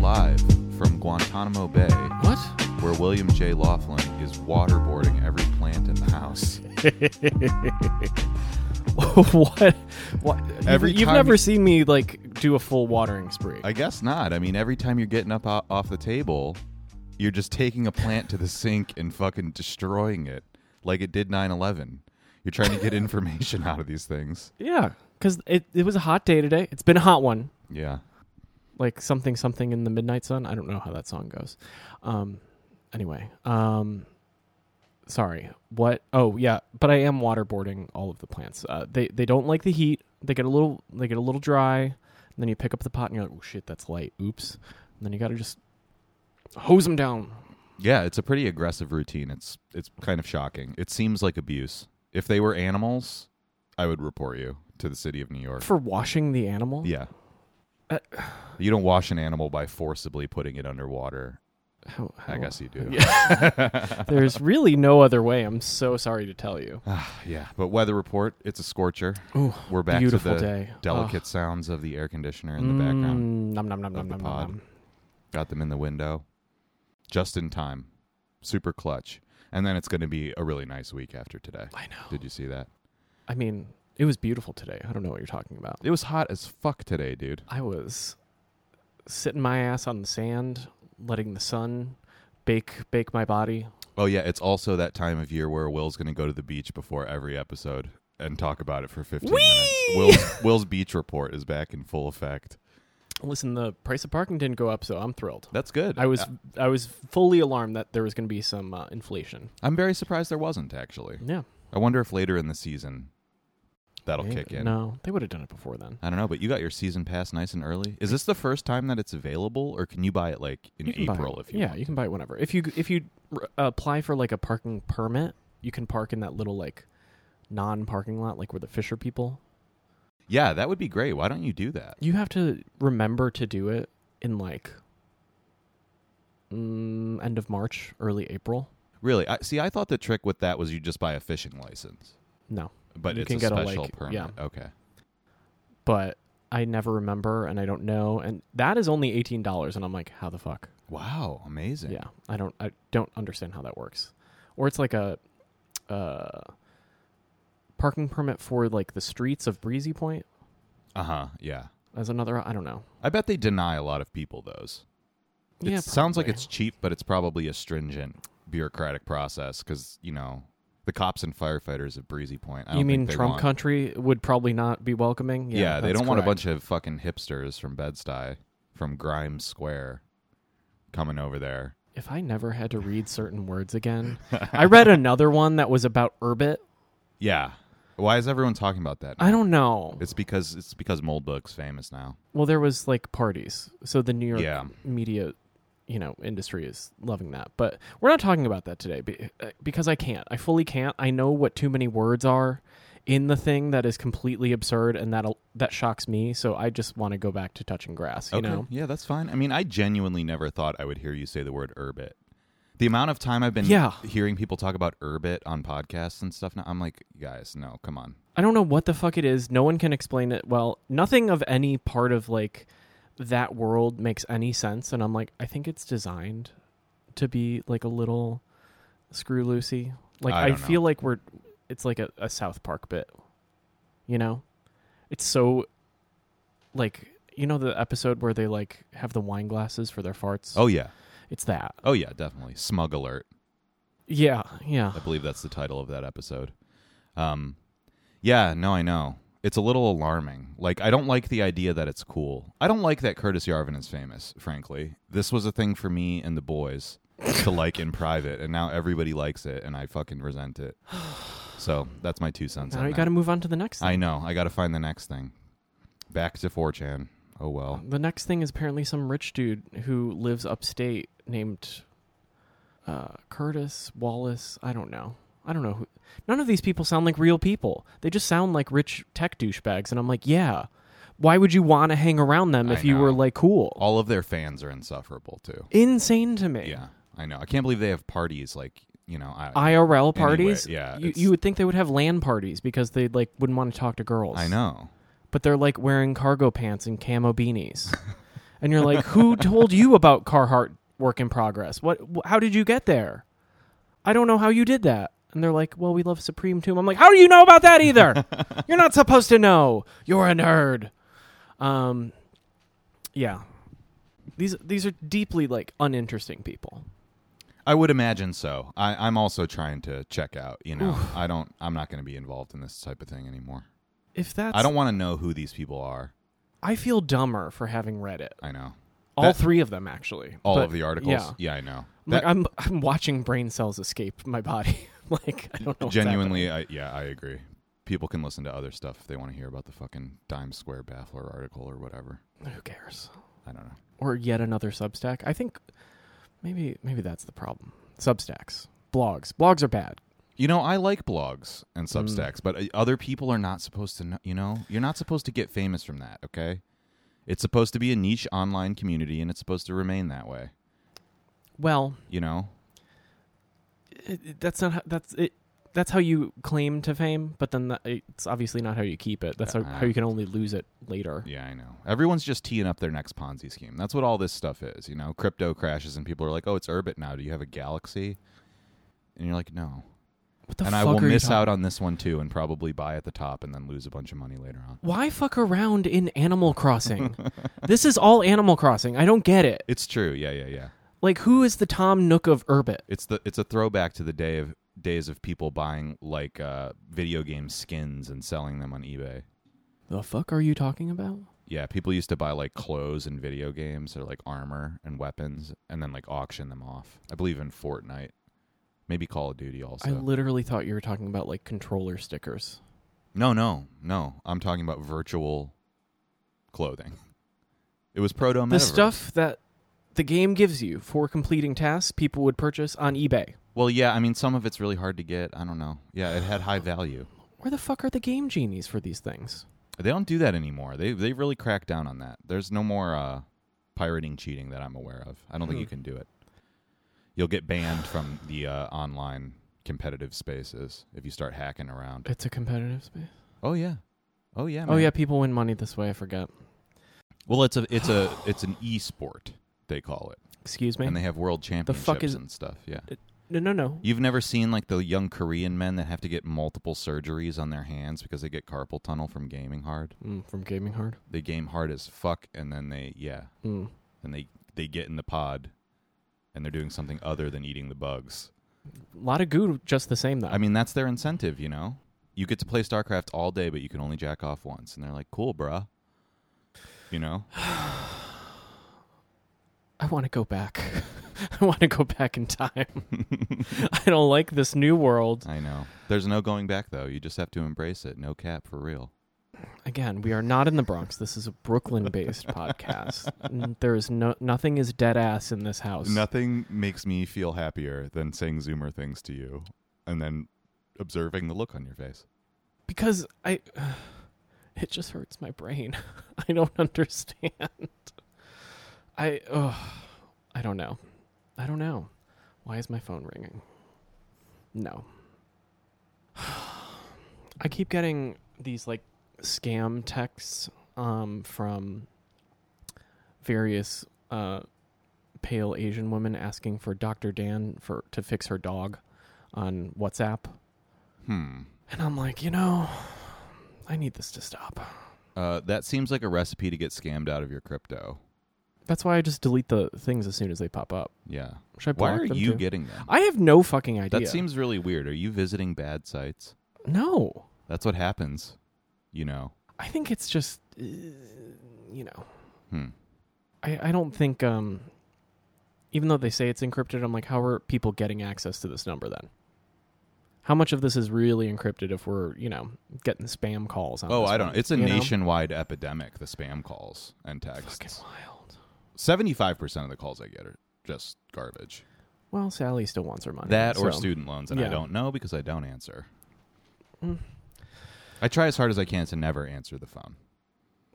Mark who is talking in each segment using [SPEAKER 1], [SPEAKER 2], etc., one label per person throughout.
[SPEAKER 1] live from Guantanamo Bay,
[SPEAKER 2] What?
[SPEAKER 1] where William J. Laughlin is waterboarding every plant in the house.
[SPEAKER 2] what? What?
[SPEAKER 1] Every
[SPEAKER 2] you've, you've
[SPEAKER 1] time-
[SPEAKER 2] never seen me like do a full watering spree.
[SPEAKER 1] I guess not. I mean, every time you're getting up o- off the table, you're just taking a plant to the sink and fucking destroying it like it did 9 11. You're trying to get information out of these things.
[SPEAKER 2] yeah, because it, it was a hot day today. It's been a hot one.
[SPEAKER 1] Yeah.
[SPEAKER 2] Like something something in the midnight sun. I don't know how that song goes. Um, anyway, um, sorry. What? Oh yeah, but I am waterboarding all of the plants. Uh, they they don't like the heat. They get a little they get a little dry. And then you pick up the pot and you're like, oh shit, that's light. Oops. And then you got to just hose them down.
[SPEAKER 1] Yeah, it's a pretty aggressive routine. It's it's kind of shocking. It seems like abuse. If they were animals, I would report you to the city of New York.
[SPEAKER 2] For washing the animal?
[SPEAKER 1] Yeah.
[SPEAKER 2] Uh,
[SPEAKER 1] you don't wash an animal by forcibly putting it underwater.
[SPEAKER 2] How,
[SPEAKER 1] I
[SPEAKER 2] how-
[SPEAKER 1] guess you do.
[SPEAKER 2] There's really no other way. I'm so sorry to tell you.
[SPEAKER 1] Ah, yeah. But weather report, it's a scorcher.
[SPEAKER 2] Ooh,
[SPEAKER 1] We're back to
[SPEAKER 2] beautiful
[SPEAKER 1] the
[SPEAKER 2] day. Ah. Mm,
[SPEAKER 1] delicate sounds of the air conditioner in the background.
[SPEAKER 2] Nom nom nom
[SPEAKER 1] of
[SPEAKER 2] nom
[SPEAKER 1] the
[SPEAKER 2] nom
[SPEAKER 1] pod.
[SPEAKER 2] nom. Mm.
[SPEAKER 1] Got them in the window. Just in time. Super clutch. And then it's going to be a really nice week after today.
[SPEAKER 2] I know.
[SPEAKER 1] Did you see that?
[SPEAKER 2] I mean, it was beautiful today. I don't know what you're talking about.
[SPEAKER 1] It was hot as fuck today, dude.
[SPEAKER 2] I was sitting my ass on the sand, letting the sun bake bake my body.
[SPEAKER 1] Oh yeah, it's also that time of year where Will's going to go to the beach before every episode and talk about it for 15 minutes. Will's Will's beach report is back in full effect.
[SPEAKER 2] Listen, the price of parking didn't go up, so I'm thrilled.
[SPEAKER 1] That's good.
[SPEAKER 2] I was I was fully alarmed that there was going to be some uh, inflation.
[SPEAKER 1] I'm very surprised there wasn't actually.
[SPEAKER 2] Yeah.
[SPEAKER 1] I wonder if later in the season that'll
[SPEAKER 2] Maybe-
[SPEAKER 1] kick in.
[SPEAKER 2] No, they would have done it before then.
[SPEAKER 1] I don't know, but you got your season pass nice and early. Is this the first time that it's available or can you buy it like in
[SPEAKER 2] You can buy
[SPEAKER 1] April
[SPEAKER 2] it.
[SPEAKER 1] if you
[SPEAKER 2] yeah
[SPEAKER 1] want?
[SPEAKER 2] you can buy it whenever if you if you r- apply for like a parking permit you can park in that little like non parking lot like where the fisher people
[SPEAKER 1] Yeah, that would be great. Why don't you do that?
[SPEAKER 2] you have to remember to do it in like mm, end of March early April
[SPEAKER 1] Really? I see I thought the trick with that was you just buy a fishing license.
[SPEAKER 2] no
[SPEAKER 1] But
[SPEAKER 2] You
[SPEAKER 1] it's
[SPEAKER 2] can
[SPEAKER 1] a
[SPEAKER 2] get a,
[SPEAKER 1] special
[SPEAKER 2] like-
[SPEAKER 1] permit.
[SPEAKER 2] yeah.
[SPEAKER 1] Okay.
[SPEAKER 2] but I never remember and I don't know and that is only eighteen dollars and I'm like how the fuck
[SPEAKER 1] Wow, amazing.
[SPEAKER 2] yeah I don't I don't understand how that works or it's like a uh parking permit for like the streets of Breezy Point
[SPEAKER 1] Uh-huh. Yeah.
[SPEAKER 2] as another. I don't know.
[SPEAKER 1] I bet they deny a lot of people those. It sounds like it's cheap, but it's probably a stringent bureaucratic process because you know the cops and firefighters of Breezy Point. I
[SPEAKER 2] You
[SPEAKER 1] don't
[SPEAKER 2] mean
[SPEAKER 1] think they
[SPEAKER 2] Trump
[SPEAKER 1] want-
[SPEAKER 2] country would probably not be welcoming?
[SPEAKER 1] Yeah, they
[SPEAKER 2] that's
[SPEAKER 1] don't want a
[SPEAKER 2] correct.
[SPEAKER 1] bunch of fucking hipsters from Bed Stuy, from Grimes Square, coming over there.
[SPEAKER 2] If I never had to read certain words again, I read another one that was about Urbit.
[SPEAKER 1] Yeah. Why is everyone talking about that? now?
[SPEAKER 2] I don't know.
[SPEAKER 1] It's because it's because Moldbook's famous now.
[SPEAKER 2] Well, there was like parties, so the New York
[SPEAKER 1] Yeah.
[SPEAKER 2] media, you know, industry is loving that. But we're not talking about that today be- uh, because I can't. I fully can't. I know what too many words are in the thing that is completely absurd, and that uh, that shocks me. So I just want to go back to touching grass. You
[SPEAKER 1] okay.
[SPEAKER 2] know.
[SPEAKER 1] Yeah, that's fine. I mean, I genuinely never thought I would hear you say the word Urbit. The amount of time I've been
[SPEAKER 2] Yeah.
[SPEAKER 1] hearing people talk about Urbit on podcasts and stuff now, I'm like, guys, no, come on.
[SPEAKER 2] I don't know what the fuck it is. No one can explain it well. Nothing of any part of like that world makes any sense. And I'm like, I think it's designed to be like a little screw loosey. Like
[SPEAKER 1] I
[SPEAKER 2] I,
[SPEAKER 1] don't know.
[SPEAKER 2] feel like we're it's like a, a South Park bit. You know? It's so like you know the episode where they like have the wine glasses for their farts?
[SPEAKER 1] Oh yeah,
[SPEAKER 2] It's that.
[SPEAKER 1] oh yeah, definitely. Smug alert.
[SPEAKER 2] Yeah, yeah.
[SPEAKER 1] I believe that's the title of that episode. Um, yeah, no, I know. It's a little alarming. Like, I don't like the idea that it's cool. I don't like that Curtis Yarvin is famous. Frankly, this was a thing for me and the boys to like in private, and now everybody likes it, and I fucking resent it. So that's my two cents.
[SPEAKER 2] Now
[SPEAKER 1] on
[SPEAKER 2] you
[SPEAKER 1] that.
[SPEAKER 2] gotta move on to the next thing.
[SPEAKER 1] I know. I got to find the next thing. Back to 4chan. Oh well.
[SPEAKER 2] The next thing is apparently some rich dude who lives upstate named uh, Curtis Wallace. I don't know. I don't know who. None of these people sound like real people. They just sound like rich tech douchebags, and I'm like, yeah. Why would you want to hang around them if
[SPEAKER 1] I
[SPEAKER 2] you were
[SPEAKER 1] know.
[SPEAKER 2] like cool?
[SPEAKER 1] All of their fans are insufferable too.
[SPEAKER 2] Insane to me.
[SPEAKER 1] Yeah, I know. I can't believe they have parties like you know. I,
[SPEAKER 2] IRL parties.
[SPEAKER 1] yeah,
[SPEAKER 2] You,
[SPEAKER 1] it's-
[SPEAKER 2] you would think they would have land parties because they like wouldn't want to talk to girls.
[SPEAKER 1] I know.
[SPEAKER 2] But they're like wearing cargo pants and camo beanies. and you're like, who told you about Carhartt work in progress? What? wh- How did you get there? I don't know how you did that. And they're like, well, we love Supreme Tomb. I'm like, how do you know about that either? you're not supposed to know. You're a nerd. Um, yeah. These these are deeply like uninteresting people.
[SPEAKER 1] I would imagine so. I, I'm also trying to check out. You know, I don't. I'm not going to be involved in this type of thing anymore.
[SPEAKER 2] If that's
[SPEAKER 1] I don't want to know who these people are.
[SPEAKER 2] I feel dumber for having read it.
[SPEAKER 1] I know
[SPEAKER 2] All
[SPEAKER 1] That-
[SPEAKER 2] three of them actually.
[SPEAKER 1] all
[SPEAKER 2] But,
[SPEAKER 1] of the articles.
[SPEAKER 2] Yeah.
[SPEAKER 1] I know.
[SPEAKER 2] I'm like I'm I'm watching brain cells escape my body. like I don't know. what's
[SPEAKER 1] genuinely, I, yeah, I agree. People can listen to other stuff if they want to hear about the fucking Times Square Baffler article or whatever.
[SPEAKER 2] happening. who cares?
[SPEAKER 1] I don't know.
[SPEAKER 2] Or yet another Substack. I think maybe maybe that's the problem. Substacks, blogs, blogs are bad.
[SPEAKER 1] You know, I like blogs and
[SPEAKER 2] Hmm.
[SPEAKER 1] Substacks, but uh, other people are not supposed to know. You know, you're not supposed to get famous from that. Okay, it's supposed to be a niche online community, and it's supposed to remain that way.
[SPEAKER 2] Well,
[SPEAKER 1] You know,
[SPEAKER 2] it, it- that's not how, that's it. That's how you claim to fame, but then that, it's obviously not how you keep it. That's how,
[SPEAKER 1] Uh-uh.
[SPEAKER 2] how you can only lose it later.
[SPEAKER 1] Yeah, I know. Everyone's just teeing up their next Ponzi scheme. That's what all this stuff is. You know, crypto crashes and people are like, "Oh, it's Urbit now. Do you have a Galaxy?" And you're like, "No."
[SPEAKER 2] What the
[SPEAKER 1] and
[SPEAKER 2] fuck
[SPEAKER 1] I will
[SPEAKER 2] are you
[SPEAKER 1] miss
[SPEAKER 2] talking-
[SPEAKER 1] out on this one too, and probably buy at the top and then lose a bunch of money later on.
[SPEAKER 2] Why fuck around in Animal Crossing? this is all Animal Crossing. I don't get it.
[SPEAKER 1] It's true. Yeah, yeah, yeah.
[SPEAKER 2] Like, who is the Tom Nook of Urbit?
[SPEAKER 1] It's the it's a throwback to the day of days of people buying like uh, video game skins and selling them on eBay.
[SPEAKER 2] The fuck are you talking about?
[SPEAKER 1] Yeah, people used to buy like clothes and video games or like armor and weapons, and then like auction them off. I believe in Fortnite, maybe Call of Duty also.
[SPEAKER 2] I literally thought you were talking about like controller stickers.
[SPEAKER 1] No, no, no. I'm talking about virtual clothing. It was proto
[SPEAKER 2] The stuff that the game gives you for completing tasks, people would purchase on eBay.
[SPEAKER 1] Well, yeah. I mean, some of it's really hard to get. I don't know. Yeah, it had high value.
[SPEAKER 2] Where the fuck are the game genies for these things?
[SPEAKER 1] They don't do that anymore. They they really cracked down on that. There's no more uh, pirating cheating that I'm aware of. I don't
[SPEAKER 2] Hmm.
[SPEAKER 1] think you can do it. You'll get banned from the uh, online competitive spaces if you start hacking around.
[SPEAKER 2] It's a competitive space.
[SPEAKER 1] Oh yeah, oh yeah.
[SPEAKER 2] Oh
[SPEAKER 1] man.
[SPEAKER 2] yeah, people win money this way. I forgot.
[SPEAKER 1] Well, it's a it's a it's an e-sport they call it,
[SPEAKER 2] Excuse me.
[SPEAKER 1] and they have world championships
[SPEAKER 2] is-
[SPEAKER 1] and stuff. Yeah.
[SPEAKER 2] no, no, no.
[SPEAKER 1] You've never seen like the young Korean men that have to get multiple surgeries on their hands because they get carpal tunnel from gaming hard.
[SPEAKER 2] Mm, from gaming hard.
[SPEAKER 1] They game hard as fuck, and then they yeah,
[SPEAKER 2] Mm.
[SPEAKER 1] and they they get in the pod, and they're doing something other than eating the bugs.
[SPEAKER 2] A lot of goo, just the same though.
[SPEAKER 1] I mean, that's their incentive, you know. You get to play StarCraft all day, but you can only jack off once, and they're like, "Cool, bruh." You know,
[SPEAKER 2] I want to go back. I want to go back in time. I don't like this new world.
[SPEAKER 1] I know. There's no going back though. You just have to embrace it. No cap for real.
[SPEAKER 2] Again, we are not in the Bronx. This is a Brooklyn-based podcast. N- There is no nothing is dead ass in this house.
[SPEAKER 1] Nothing makes me feel happier than saying Zoomer things to you and then observing the look on your face.
[SPEAKER 2] because I it just hurts my brain. I don't understand. I ugh, I don't know. I don't know. Why is my phone ringing? No. I keep getting these like scam texts um from various uh pale Asian women asking for Dr. Dan for to fix her dog on WhatsApp.
[SPEAKER 1] Hmm.
[SPEAKER 2] And I'm like, you know, I need this to stop.
[SPEAKER 1] Uh, that seems like a recipe to get scammed out of your crypto.
[SPEAKER 2] That's why I just delete the things as soon as they pop up.
[SPEAKER 1] Yeah.
[SPEAKER 2] Should I block
[SPEAKER 1] Why are
[SPEAKER 2] them
[SPEAKER 1] you
[SPEAKER 2] too?
[SPEAKER 1] getting them?
[SPEAKER 2] I have no fucking idea.
[SPEAKER 1] that seems really weird. Are you visiting bad sites?
[SPEAKER 2] no.
[SPEAKER 1] That's what happens, you know.
[SPEAKER 2] I think it's just, uh, you know,
[SPEAKER 1] Hmm.
[SPEAKER 2] I I don't think um, even though they say it's encrypted, I'm like, how are people getting access to this number then? How much of this is really encrypted if we're, you know, getting spam calls? On
[SPEAKER 1] Oh,
[SPEAKER 2] this
[SPEAKER 1] I don't know.
[SPEAKER 2] one,
[SPEAKER 1] It's a
[SPEAKER 2] you know?
[SPEAKER 1] nationwide epidemic, the spam calls and
[SPEAKER 2] Fucking
[SPEAKER 1] texts.
[SPEAKER 2] wild.
[SPEAKER 1] 75% of the calls I get are just garbage.
[SPEAKER 2] Well, Sally still wants her money.
[SPEAKER 1] That or
[SPEAKER 2] so-
[SPEAKER 1] student loans, and I
[SPEAKER 2] yeah. Mm.
[SPEAKER 1] don't know because I don't answer. I try as hard as I can to never answer the phone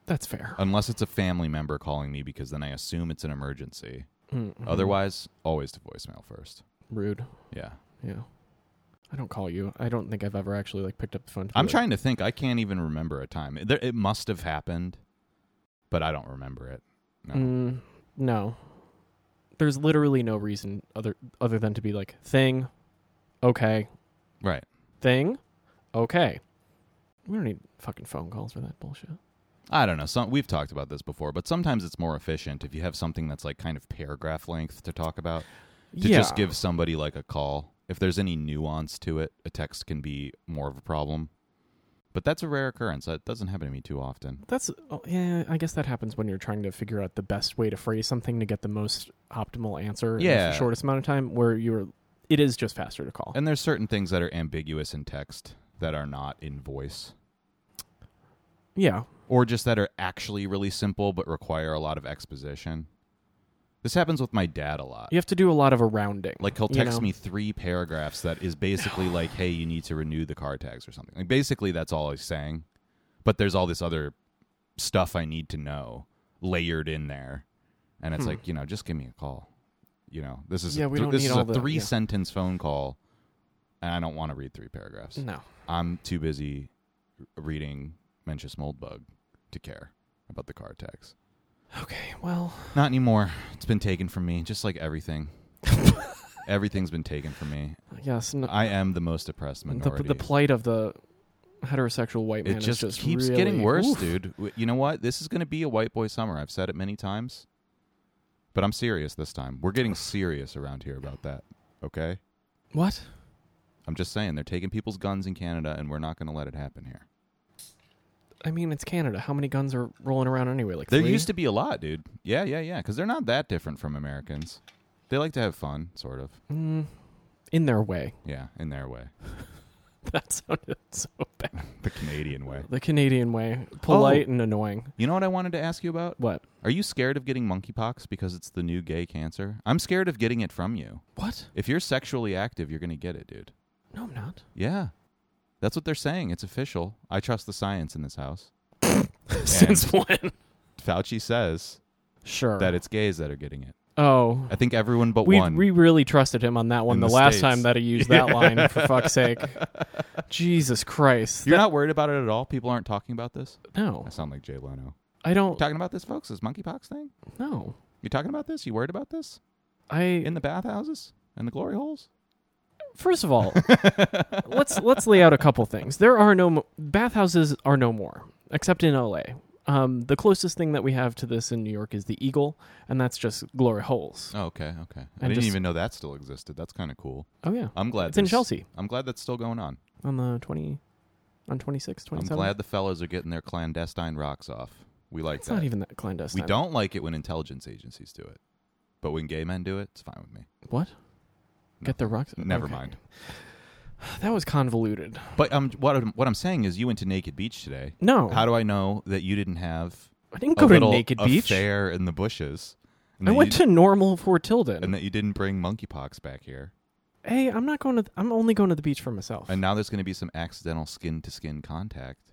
[SPEAKER 2] That's fair.
[SPEAKER 1] unless it's a family member calling me because then I assume it's an emergency.
[SPEAKER 2] Mm, mhm.
[SPEAKER 1] Otherwise, always to voicemail first.
[SPEAKER 2] rude.
[SPEAKER 1] Yeah.
[SPEAKER 2] Yeah. I don't call you. I don't think I've ever actually like picked up the phone. to be
[SPEAKER 1] I'm
[SPEAKER 2] like,
[SPEAKER 1] trying to think. I can't even remember a time. There, it must have happened, but I don't remember it. No.
[SPEAKER 2] Mm, no. There's literally no reason other other than to be like thing, okay,
[SPEAKER 1] Right.
[SPEAKER 2] thing, okay. We don't need fucking phone calls for that bullshit.
[SPEAKER 1] I don't know. Some, we've talked about this before, but sometimes it's more efficient if you have something that's like kind of paragraph length to talk about to
[SPEAKER 2] yeah.
[SPEAKER 1] just give somebody like a call. If there's any nuance to it, a text can be more of a problem. But that's a rare occurrence. That doesn't happen to me too often.
[SPEAKER 2] That's oh, yeah. I guess that happens when you're trying to figure out the best way to phrase something to get the most optimal answer in
[SPEAKER 1] Yeah.
[SPEAKER 2] the shortest amount of time. Where you're, it is just faster to call.
[SPEAKER 1] And there's certain things that are ambiguous in text that are not in voice
[SPEAKER 2] yeah,
[SPEAKER 1] or just that are actually really simple but require a lot of exposition. This happens with my dad a lot.
[SPEAKER 2] you have to do a lot of a rounding.
[SPEAKER 1] Like he'll
[SPEAKER 2] you
[SPEAKER 1] text
[SPEAKER 2] know?
[SPEAKER 1] me three paragraphs that is basically like, "Hey, you need to renew the car tags or something." Like basically that's all he's saying. But there's all this other stuff I need to know layered in there, and it's
[SPEAKER 2] Hmm.
[SPEAKER 1] like you know, just give me a call. You know, this is
[SPEAKER 2] Yeah,
[SPEAKER 1] a
[SPEAKER 2] we
[SPEAKER 1] th-
[SPEAKER 2] don't
[SPEAKER 1] this
[SPEAKER 2] need
[SPEAKER 1] is
[SPEAKER 2] all
[SPEAKER 1] a
[SPEAKER 2] the-
[SPEAKER 1] three
[SPEAKER 2] yeah.
[SPEAKER 1] sentence phone call, and I don't want to read three paragraphs.
[SPEAKER 2] No,
[SPEAKER 1] I'm too busy r- reading Mencius Moldbug to care about the car tags.
[SPEAKER 2] okay, well,
[SPEAKER 1] Not anymore. It's been taken from me, just like everything. Everything's been taken from me.
[SPEAKER 2] yes, no,
[SPEAKER 1] I am the most oppressed
[SPEAKER 2] the
[SPEAKER 1] minority.
[SPEAKER 2] the plight of the heterosexual white man
[SPEAKER 1] it
[SPEAKER 2] is
[SPEAKER 1] just,
[SPEAKER 2] just
[SPEAKER 1] keeps
[SPEAKER 2] really-
[SPEAKER 1] getting worse,
[SPEAKER 2] oof.
[SPEAKER 1] dude. W- You know what? This is going to be a white boy summer. I've said it many times, but I'm serious this time. We're getting serious around here about that. Okay,
[SPEAKER 2] What?
[SPEAKER 1] I'm just saying they're taking people's guns in Canada, and we're not going to let it happen here.
[SPEAKER 2] I mean, it's Canada. How many guns are rolling around anyway? Like
[SPEAKER 1] There used to be a lot, dude. Yeah, yeah, yeah. Because they're not that different from Americans. They like to have fun, sort of.
[SPEAKER 2] mm, in their way.
[SPEAKER 1] Yeah, in their way,
[SPEAKER 2] That sounded so bad.
[SPEAKER 1] the Canadian way.
[SPEAKER 2] The Canadian way, polite
[SPEAKER 1] Oh.
[SPEAKER 2] and annoying.
[SPEAKER 1] You know what I wanted to ask you about?
[SPEAKER 2] What?
[SPEAKER 1] Are you scared of getting monkeypox because it's the new gay cancer? I'm scared of getting it from you.
[SPEAKER 2] What?
[SPEAKER 1] If you're sexually active, you're going to get it, dude.
[SPEAKER 2] No, I'm not.
[SPEAKER 1] Yeah. That's what they're saying. It's official. I trust the science in this house.
[SPEAKER 2] Since when?
[SPEAKER 1] Fauci says
[SPEAKER 2] Sure.
[SPEAKER 1] that it's gays that are getting it.
[SPEAKER 2] oh.
[SPEAKER 1] I think everyone but
[SPEAKER 2] We,
[SPEAKER 1] one.
[SPEAKER 2] we really trusted him on that one
[SPEAKER 1] In
[SPEAKER 2] the,
[SPEAKER 1] the
[SPEAKER 2] last
[SPEAKER 1] States.
[SPEAKER 2] time that he used that line, for fuck's sake. Jesus Christ.
[SPEAKER 1] you're
[SPEAKER 2] That-
[SPEAKER 1] not worried about it at all? People aren't talking about this?
[SPEAKER 2] No.
[SPEAKER 1] I sound like Jay Leno.
[SPEAKER 2] I don't.
[SPEAKER 1] Talking about this, folks? This monkeypox thing?
[SPEAKER 2] No.
[SPEAKER 1] You talking about this? You worried about this?
[SPEAKER 2] I.
[SPEAKER 1] In the bathhouses? and the glory holes?
[SPEAKER 2] First of all, let's let's lay out a couple things. There are no mo- bathhouses are no more except in LA. Um, the closest thing that we have to this in New York is the Eagle, and that's just glory holes.
[SPEAKER 1] Oh, okay, okay. I
[SPEAKER 2] And
[SPEAKER 1] didn't
[SPEAKER 2] just-
[SPEAKER 1] even know that still existed. That's kind of cool.
[SPEAKER 2] Oh yeah,
[SPEAKER 1] I'm glad
[SPEAKER 2] it's in
[SPEAKER 1] there's-
[SPEAKER 2] Chelsea
[SPEAKER 1] I'm glad that's still going on.
[SPEAKER 2] on the twenty, on 26,
[SPEAKER 1] I'm
[SPEAKER 2] 27.
[SPEAKER 1] glad the fellas are getting their clandestine rocks off. We like
[SPEAKER 2] it's
[SPEAKER 1] that.
[SPEAKER 2] not even that clandestine.
[SPEAKER 1] we don't like it when intelligence agencies do it, but when gay men do it, it's fine with me.
[SPEAKER 2] what get the rocks.
[SPEAKER 1] Never
[SPEAKER 2] okay.
[SPEAKER 1] mind.
[SPEAKER 2] That was convoluted.
[SPEAKER 1] But um, what I'm, what I'm saying is, you went to Naked Beach today.
[SPEAKER 2] No,
[SPEAKER 1] How do I know that you didn't have
[SPEAKER 2] I didn't
[SPEAKER 1] a
[SPEAKER 2] Oh. go to
[SPEAKER 1] little
[SPEAKER 2] Naked Beach.
[SPEAKER 1] affair in the bushes? And
[SPEAKER 2] I
[SPEAKER 1] that
[SPEAKER 2] went
[SPEAKER 1] you,
[SPEAKER 2] to normal for Tilden.
[SPEAKER 1] and that you didn't bring monkeypox back here.
[SPEAKER 2] hey, I'm not going to. I'm only going to the beach for myself.
[SPEAKER 1] And now there's going to be some accidental skin to skin contact,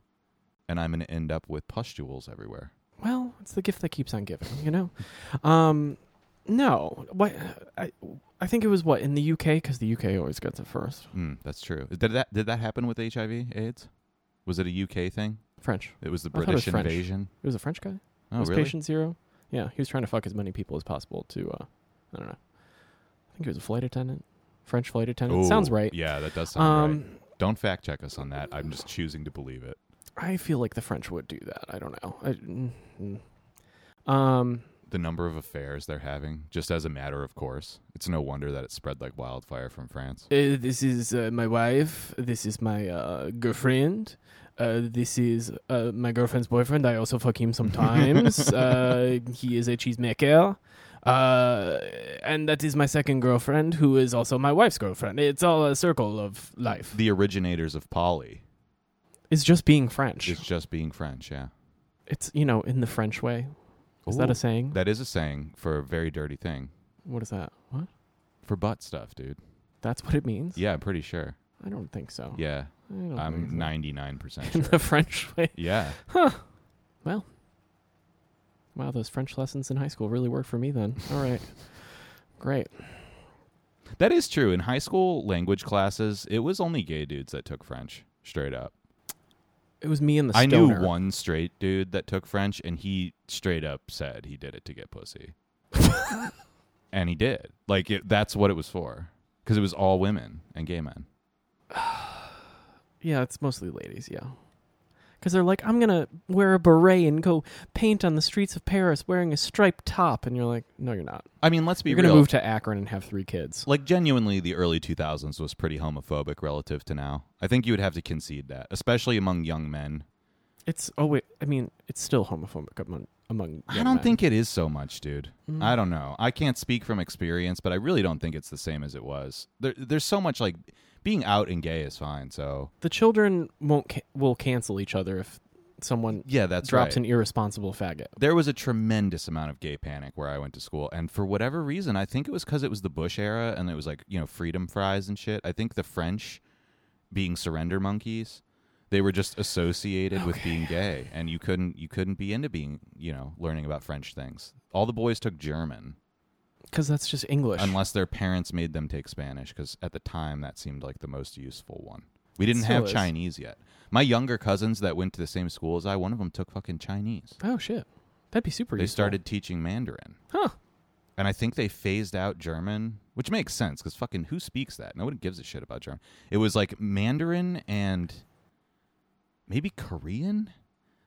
[SPEAKER 1] and I'm going to end up with pustules everywhere.
[SPEAKER 2] well, it's the gift that keeps on giving, you know. Um, no, what I I think it was what in the UK because the UK always gets it first.
[SPEAKER 1] Mm, that's true. Did that did that happen with HIV/AIDS? Was it a UK thing?
[SPEAKER 2] French.
[SPEAKER 1] It was the
[SPEAKER 2] I thought it was
[SPEAKER 1] British
[SPEAKER 2] French.
[SPEAKER 1] invasion.
[SPEAKER 2] It was a French guy. It
[SPEAKER 1] Oh,
[SPEAKER 2] was
[SPEAKER 1] really?
[SPEAKER 2] patient zero. Yeah, he was trying to fuck as many people as possible to. Uh, I don't know. I think he was a flight attendant, French flight attendant.
[SPEAKER 1] Ooh,
[SPEAKER 2] Sounds right.
[SPEAKER 1] Oh, Yeah, that does sound
[SPEAKER 2] Um,
[SPEAKER 1] right. Don't fact check us on that. I'm just choosing to believe it.
[SPEAKER 2] I feel like the French would do that. I don't know. I, mm, mm. Um,
[SPEAKER 1] The number of affairs they're having, just as a matter of course, it's no wonder that it spread like wildfire from France.
[SPEAKER 2] Uh, this is uh, my wife. This is my uh, girlfriend. Uh, this is uh, my girlfriend's boyfriend. I also fuck him sometimes. uh, he is a cheesemaker. Uh, and that is my second girlfriend, who is also my wife's girlfriend. It's all a circle of life.
[SPEAKER 1] The originators of poly
[SPEAKER 2] It's just being French.
[SPEAKER 1] is just being French. Yeah,
[SPEAKER 2] It's, you know, in the French way. Is that
[SPEAKER 1] Ooh.
[SPEAKER 2] a saying?
[SPEAKER 1] that is a saying for a very dirty thing
[SPEAKER 2] what is that? What?
[SPEAKER 1] for butt stuff, dude.
[SPEAKER 2] That's what it means?
[SPEAKER 1] Yeah, I'm pretty sure.
[SPEAKER 2] I don't think so.
[SPEAKER 1] Yeah,
[SPEAKER 2] I don't think so.
[SPEAKER 1] I'm 99 percent
[SPEAKER 2] In the
[SPEAKER 1] sure.
[SPEAKER 2] French way.
[SPEAKER 1] Yeah,
[SPEAKER 2] Wow, those French lessons in high school really worked for me then. All right. Great.
[SPEAKER 1] that is true. In high school language classes, it was only gay dudes that took French straight up.
[SPEAKER 2] It was me and the
[SPEAKER 1] I knew
[SPEAKER 2] stoner.
[SPEAKER 1] one straight dude that took French, and he straight up said he did it to get pussy, and he did. Like it, that's what it was for, because it was all women and gay men.
[SPEAKER 2] Yeah, it's mostly ladies. Yeah, because they're like, I'm gonna wear a beret and go paint on the streets of Paris wearing a striped top, and you're like, No, you're not.
[SPEAKER 1] I mean, let's be
[SPEAKER 2] You're
[SPEAKER 1] real.
[SPEAKER 2] gonna move to Akron and have three kids.
[SPEAKER 1] like genuinely, the early 2000s was pretty homophobic relative to now. I think you would have to concede that, especially among young men.
[SPEAKER 2] It's oh wait, I mean, it's still homophobic among among.
[SPEAKER 1] I
[SPEAKER 2] young
[SPEAKER 1] don't
[SPEAKER 2] men.
[SPEAKER 1] think it is so much, dude. I don't know. I can't speak from experience, but I really don't think it's the same as it was. There, there's so much like being out and gay is fine. So
[SPEAKER 2] the children won't ca- will cancel each other if someone
[SPEAKER 1] yeah, that's right.
[SPEAKER 2] drops an irresponsible faggot.
[SPEAKER 1] there was a tremendous amount of gay panic where I went to school, and for whatever reason, I think it was because it was the Bush era and it was like you know freedom fries and shit. I think the French being surrender monkeys, they were just associated with being gay, and you couldn't you couldn't be into being you know learning about French things. All the boys took German.
[SPEAKER 2] Because that's just English.
[SPEAKER 1] unless their parents made them take Spanish because at the time that seemed like the most useful one. We didn't
[SPEAKER 2] still
[SPEAKER 1] have
[SPEAKER 2] is.
[SPEAKER 1] Chinese yet. My younger cousins that went to the same school as I, one of them took fucking Chinese.
[SPEAKER 2] oh shit, that'd be super.
[SPEAKER 1] They
[SPEAKER 2] useful.
[SPEAKER 1] started teaching Mandarin,
[SPEAKER 2] huh?
[SPEAKER 1] and I think they phased out German, which makes sense because fucking who speaks that? Nobody gives a shit about German. It was like Mandarin and maybe Korean.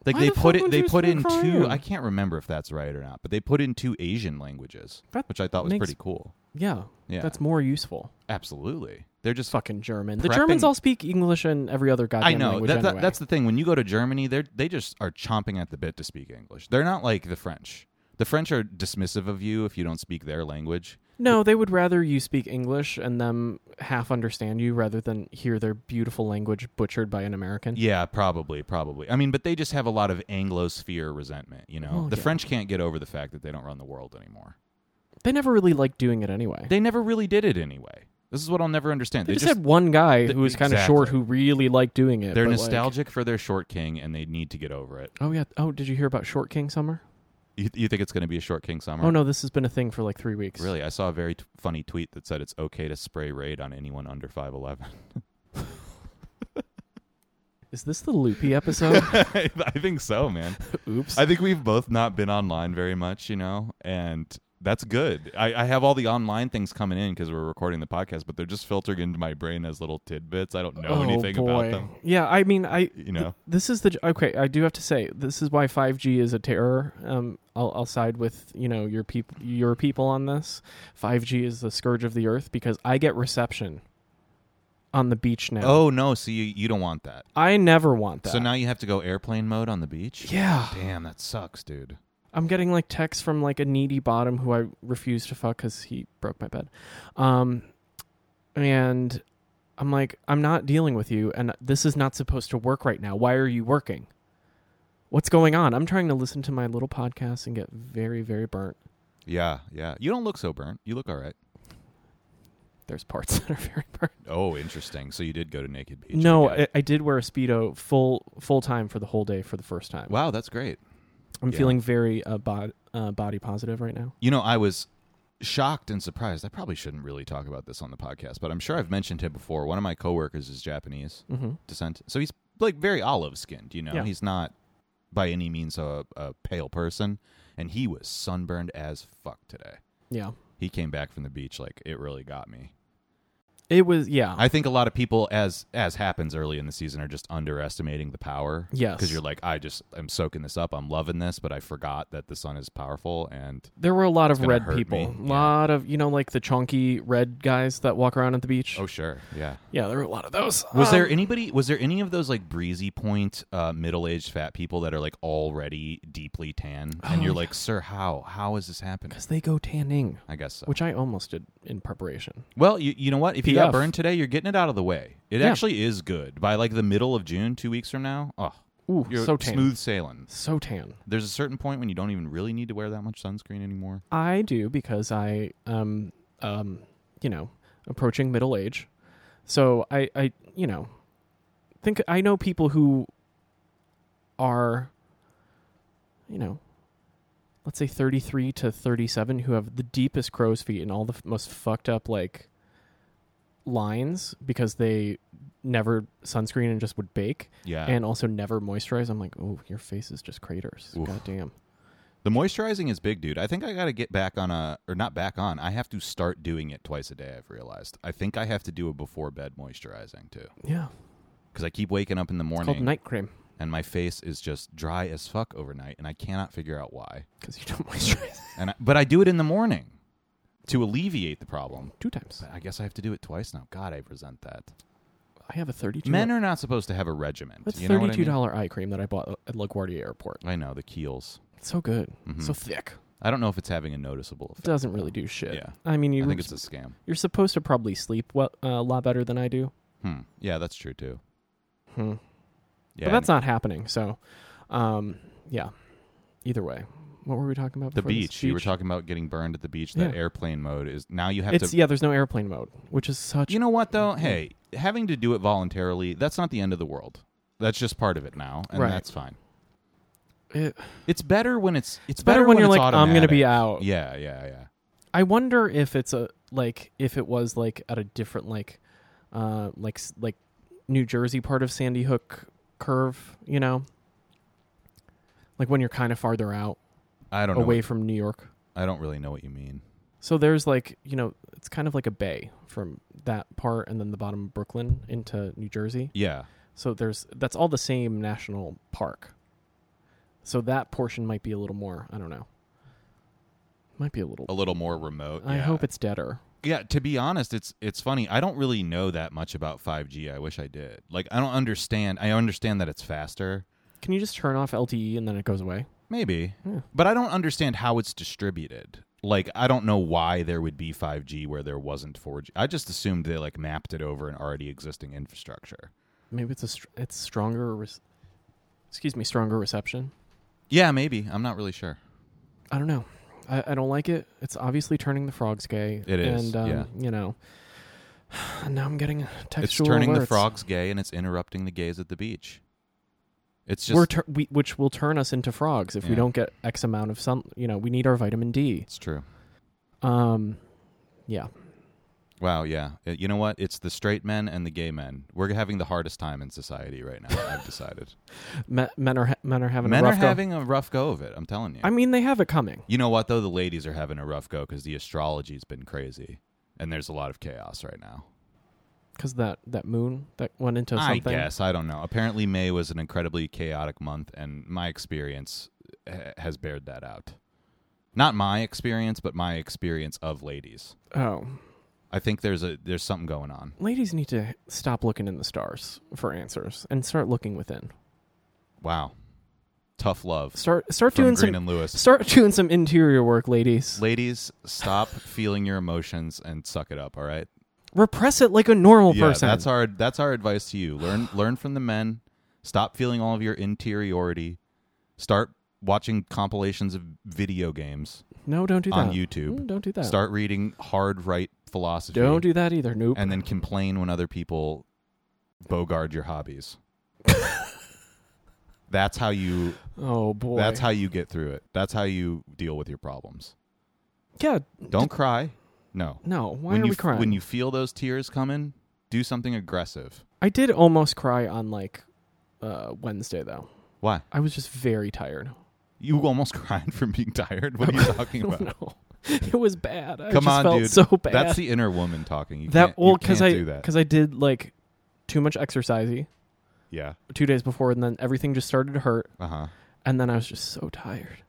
[SPEAKER 1] Like
[SPEAKER 2] Why
[SPEAKER 1] they
[SPEAKER 2] the
[SPEAKER 1] put
[SPEAKER 2] fuck
[SPEAKER 1] it,
[SPEAKER 2] would
[SPEAKER 1] they
[SPEAKER 2] you
[SPEAKER 1] put
[SPEAKER 2] speak
[SPEAKER 1] in two.
[SPEAKER 2] Korean?
[SPEAKER 1] I can't remember if that's right or not, but they put in two Asian languages,
[SPEAKER 2] That
[SPEAKER 1] which I thought was
[SPEAKER 2] makes-
[SPEAKER 1] pretty cool.
[SPEAKER 2] Yeah,
[SPEAKER 1] Yeah,
[SPEAKER 2] that's more useful.
[SPEAKER 1] absolutely. They're just
[SPEAKER 2] Fucking German. The
[SPEAKER 1] Prepping-
[SPEAKER 2] Germans all speak English and every other goddamn
[SPEAKER 1] I know
[SPEAKER 2] language
[SPEAKER 1] that, that-
[SPEAKER 2] anyway.
[SPEAKER 1] that's the thing. When you go to Germany, they they just are chomping at the bit to speak English. They're not like the French. The French are dismissive of you if you don't speak their language.
[SPEAKER 2] No, they would rather you speak English and them half understand you rather than hear their beautiful language butchered by an American.
[SPEAKER 1] Yeah, probably, probably. I mean, but they just have a lot of Anglosphere resentment. You know,
[SPEAKER 2] Oh,
[SPEAKER 1] the
[SPEAKER 2] yeah.
[SPEAKER 1] French can't get over the fact that they don't run the world anymore.
[SPEAKER 2] They never really liked doing it anyway. They,
[SPEAKER 1] They never really did it anyway. This is what I'll never understand.
[SPEAKER 2] just, had one guy
[SPEAKER 1] Th-
[SPEAKER 2] who was kind of short
[SPEAKER 1] exactly.
[SPEAKER 2] who really liked doing it.
[SPEAKER 1] they're
[SPEAKER 2] but, like-
[SPEAKER 1] nostalgic for their short king, and they need to get over it.
[SPEAKER 2] oh yeah. Oh, did you hear about Short King Summer?
[SPEAKER 1] You, you think it's going to be a short king summer?
[SPEAKER 2] Oh no, this has been a thing for like three weeks.
[SPEAKER 1] Really, I saw a very t- funny tweet that said it's okay to spray raid on anyone under five eleven.
[SPEAKER 2] Is this the loopy episode?
[SPEAKER 1] I think so, man.
[SPEAKER 2] Oops.
[SPEAKER 1] I think we've both not been online very much, you know, and that's good. I, I have all the online things coming in because we're recording the podcast, but they're just filtering into my brain as little tidbits. I don't know
[SPEAKER 2] oh,
[SPEAKER 1] anything
[SPEAKER 2] boy.
[SPEAKER 1] about them.
[SPEAKER 2] Yeah, I mean, I
[SPEAKER 1] You know,
[SPEAKER 2] this is the okay i do have to say this is why 5g is a terror um i'll, I'll side with you know your people your people on this 5g is the scourge of the earth because i get reception on the beach now
[SPEAKER 1] oh no, so you, you don't want that.
[SPEAKER 2] i never want that
[SPEAKER 1] So now you have to go airplane mode on the beach?
[SPEAKER 2] yeah
[SPEAKER 1] Damn, that sucks, dude.
[SPEAKER 2] i'm getting like texts from like a needy bottom who i refuse to fuck because he broke my bed um and i'm like i'm not dealing with you and this is not supposed to work right now why are you working what's going on i'm trying to listen to my little podcast and get very very burnt
[SPEAKER 1] Yeah, yeah. You don't look so burnt. You look all right.
[SPEAKER 2] there's parts that are very burnt
[SPEAKER 1] Oh, interesting. So you did go to Naked Beach.
[SPEAKER 2] no
[SPEAKER 1] Okay.
[SPEAKER 2] I, I did wear a speedo full full time for the whole day for the first time
[SPEAKER 1] wow, that's great.
[SPEAKER 2] i'm
[SPEAKER 1] yeah.
[SPEAKER 2] feeling very uh, bod- uh, body positive right now
[SPEAKER 1] You know, I was shocked and surprised. I probably shouldn't really talk about this on the podcast, but I'm sure I've mentioned him before. One of my coworkers is Japanese
[SPEAKER 2] mm-hmm.
[SPEAKER 1] descent, so he's like very olive skinned. You know,
[SPEAKER 2] Yeah.
[SPEAKER 1] he's not by any means a, a pale person, and he was sunburned as fuck today.
[SPEAKER 2] yeah
[SPEAKER 1] He came back from the beach like it really got me.
[SPEAKER 2] it was yeah
[SPEAKER 1] I think a lot of people, as as happens early in the season, are just underestimating the power.
[SPEAKER 2] Yes.
[SPEAKER 1] because you're like, I just I'm soaking this up. I'm loving this, but I forgot that the sun is powerful and
[SPEAKER 2] there were a lot of
[SPEAKER 1] gonna
[SPEAKER 2] red
[SPEAKER 1] hurt
[SPEAKER 2] people
[SPEAKER 1] me,
[SPEAKER 2] a
[SPEAKER 1] yeah.
[SPEAKER 2] lot of you know like the chonky red guys that walk around at the beach
[SPEAKER 1] oh sure, yeah.
[SPEAKER 2] yeah there were a lot of those
[SPEAKER 1] Was
[SPEAKER 2] Um,
[SPEAKER 1] there anybody? Was there any of those like breezy point, uh, middle-aged fat people that are like already deeply tan, and
[SPEAKER 2] Oh,
[SPEAKER 1] you're
[SPEAKER 2] yeah.
[SPEAKER 1] like, sir, how how is this happening?
[SPEAKER 2] because they go tanning
[SPEAKER 1] I guess so.
[SPEAKER 2] which i almost did in preparation
[SPEAKER 1] well, you you know what? If you got
[SPEAKER 2] PF.
[SPEAKER 1] burned today, you're getting it out of the way. It
[SPEAKER 2] Yeah.
[SPEAKER 1] actually is good. By like the middle of June, two weeks from now, oh,
[SPEAKER 2] ooh
[SPEAKER 1] you're
[SPEAKER 2] so tan
[SPEAKER 1] smooth sailing.
[SPEAKER 2] so tan
[SPEAKER 1] There's a certain point when you don't even really need to wear that much sunscreen anymore.
[SPEAKER 2] I do because I um um you know approaching middle age, so I I you know think I know people who are you know let's say thirty three to thirty seven who have the deepest crow's feet and all the f- most fucked up like lines because they never sunscreen and just would bake,
[SPEAKER 1] Yeah.
[SPEAKER 2] and also never moisturize, I'm like, oh, your face is just craters.
[SPEAKER 1] Oof.
[SPEAKER 2] God damn.
[SPEAKER 1] the moisturizing is big, dude. I think I got to get back on a, or not back on. I have to start doing it twice a day. I've realized. I think I have to do a before bed moisturizing too,
[SPEAKER 2] Yeah,
[SPEAKER 1] because I keep waking up in the
[SPEAKER 2] it's called
[SPEAKER 1] morning
[SPEAKER 2] night cream
[SPEAKER 1] and my face is just dry as fuck overnight, and I cannot figure out why.
[SPEAKER 2] because you don't moisturize
[SPEAKER 1] And I, but I do it in the morning to alleviate the problem.
[SPEAKER 2] two times.
[SPEAKER 1] But I guess I have to do it twice now. God, I resent that.
[SPEAKER 2] I have a thirty-two.
[SPEAKER 1] Men are not supposed to have a regiment.
[SPEAKER 2] that's
[SPEAKER 1] you know what I
[SPEAKER 2] thirty-two
[SPEAKER 1] mean?
[SPEAKER 2] dollar eye cream that I bought at LaGuardia Airport.
[SPEAKER 1] I know the keels.
[SPEAKER 2] It's so good,
[SPEAKER 1] Mhm.
[SPEAKER 2] so thick.
[SPEAKER 1] I don't know if it's having a noticeable
[SPEAKER 2] It
[SPEAKER 1] effect.
[SPEAKER 2] doesn't really do shit.
[SPEAKER 1] Yeah.
[SPEAKER 2] I mean,
[SPEAKER 1] I
[SPEAKER 2] you
[SPEAKER 1] think it's a scam.
[SPEAKER 2] you're supposed to probably sleep well, uh, a lot better than I do.
[SPEAKER 1] Hmm. Yeah, that's true too.
[SPEAKER 2] Hmm.
[SPEAKER 1] Yeah,
[SPEAKER 2] but that's not happening. So, um, yeah. Either way, what were we talking about?
[SPEAKER 1] the
[SPEAKER 2] before this?
[SPEAKER 1] beach. You were talking about getting burned at the beach. That
[SPEAKER 2] Yeah.
[SPEAKER 1] airplane mode is now you have
[SPEAKER 2] It's
[SPEAKER 1] to.
[SPEAKER 2] yeah. There's no airplane mode, which is such.
[SPEAKER 1] You know what though? Hey, having to do it voluntarily, that's not the end of the world. That's just part of it now, and
[SPEAKER 2] Right.
[SPEAKER 1] that's fine.
[SPEAKER 2] it-
[SPEAKER 1] It's better when it's it's
[SPEAKER 2] it's better, when, you're
[SPEAKER 1] it's
[SPEAKER 2] like, I'm gonna be
[SPEAKER 1] automatic.
[SPEAKER 2] out.
[SPEAKER 1] Yeah, yeah, yeah.
[SPEAKER 2] I wonder if it's a like if it was like at a different like, uh, like s- like New Jersey part of Sandy Hook curve. You know, like when you're kind of farther out,
[SPEAKER 1] I don't know.
[SPEAKER 2] away
[SPEAKER 1] what-
[SPEAKER 2] from New York.
[SPEAKER 1] I don't really know what you mean.
[SPEAKER 2] So there's like, you know, it's kind of like a bay from that part and then the bottom of Brooklyn into New Jersey.
[SPEAKER 1] Yeah,
[SPEAKER 2] So there's that's all the same national park. So that portion might be a little more, I don't know. Might be a little
[SPEAKER 1] a little more remote.
[SPEAKER 2] I
[SPEAKER 1] yeah.
[SPEAKER 2] hope it's deader.
[SPEAKER 1] yeah to be honest it's it's funny i don't really know that much about 5g i wish i did like i don't understand i understand that it's faster
[SPEAKER 2] Can you just turn off LTE and then it goes away?
[SPEAKER 1] maybe
[SPEAKER 2] Yeah.
[SPEAKER 1] but i don't understand how it's distributed like i don't know why there would be 5g where there wasn't 4g i just assumed they like mapped it over an already existing infrastructure
[SPEAKER 2] Maybe it's a str- it's stronger res- excuse me, stronger reception.
[SPEAKER 1] yeah maybe i'm not really sure
[SPEAKER 2] I don't know. I, I don't like it. It's obviously turning the frogs gay.
[SPEAKER 1] It is,
[SPEAKER 2] And um,
[SPEAKER 1] yeah.
[SPEAKER 2] you know, and now I'm getting textual
[SPEAKER 1] it's turning the
[SPEAKER 2] alerts.
[SPEAKER 1] frogs gay and it's interrupting the gays at the beach it's just
[SPEAKER 2] we're tur- we, which will turn us into frogs if we
[SPEAKER 1] Yeah.
[SPEAKER 2] don't get X amount of sun. You know, we need our vitamin D.
[SPEAKER 1] it's true
[SPEAKER 2] Um, yeah,
[SPEAKER 1] Wow, yeah. Uh, You know what? It's the straight men and the gay men. We're having the hardest time in society right now, I've decided.
[SPEAKER 2] Me- men are ha- men are having
[SPEAKER 1] men
[SPEAKER 2] a
[SPEAKER 1] are
[SPEAKER 2] rough go.
[SPEAKER 1] having a rough go of it, I'm telling you.
[SPEAKER 2] I mean, they have it coming.
[SPEAKER 1] you know what, though? The ladies are having a rough go because the astrology's been crazy. And there's a lot of chaos right now.
[SPEAKER 2] Cause that that moon that went into
[SPEAKER 1] I
[SPEAKER 2] something.
[SPEAKER 1] guess. I don't know. Apparently, May was an incredibly chaotic month, and my experience ha- has bared that out. Not my experience, but my experience of ladies.
[SPEAKER 2] Oh,
[SPEAKER 1] I think there's a there's something going on.
[SPEAKER 2] ladies need to stop looking in the stars for answers and start looking within.
[SPEAKER 1] Wow. Tough love
[SPEAKER 2] Start start
[SPEAKER 1] from
[SPEAKER 2] doing
[SPEAKER 1] Green
[SPEAKER 2] some
[SPEAKER 1] and Lewis.
[SPEAKER 2] start doing some interior work, ladies.
[SPEAKER 1] Ladies, stop feeling your emotions and suck it up. All right.
[SPEAKER 2] Repress it like a normal person.
[SPEAKER 1] that's our that's our advice to you. Learn learn from the men. Stop feeling all of your interiority. Start watching compilations of video games
[SPEAKER 2] no, don't do that.
[SPEAKER 1] on YouTube.
[SPEAKER 2] Mm, don't do that.
[SPEAKER 1] Start reading hard right philosophy.
[SPEAKER 2] Don't do that either. Nope.
[SPEAKER 1] and then complain when other people bogard your hobbies. that's how you
[SPEAKER 2] oh boy.
[SPEAKER 1] that's how you get through it. That's how you deal with your problems.
[SPEAKER 2] Yeah.
[SPEAKER 1] Don't cry. No.
[SPEAKER 2] No. Why
[SPEAKER 1] when
[SPEAKER 2] are
[SPEAKER 1] you
[SPEAKER 2] we
[SPEAKER 1] f-
[SPEAKER 2] crying?
[SPEAKER 1] When you feel those tears coming, do something aggressive.
[SPEAKER 2] I did almost cry on like uh, Wednesday though.
[SPEAKER 1] Why?
[SPEAKER 2] I was just very tired.
[SPEAKER 1] You almost cried from being tired. What are you talking about?
[SPEAKER 2] no, it was bad. I
[SPEAKER 1] Come
[SPEAKER 2] just
[SPEAKER 1] on,
[SPEAKER 2] felt
[SPEAKER 1] dude.
[SPEAKER 2] so bad.
[SPEAKER 1] That's the inner woman talking. You
[SPEAKER 2] that
[SPEAKER 1] can't,
[SPEAKER 2] well
[SPEAKER 1] you can't
[SPEAKER 2] because I
[SPEAKER 1] do that.
[SPEAKER 2] because I did like too much exercising
[SPEAKER 1] yeah.
[SPEAKER 2] two days before, and then everything just started to hurt,
[SPEAKER 1] Uh huh.
[SPEAKER 2] and then I was just so tired.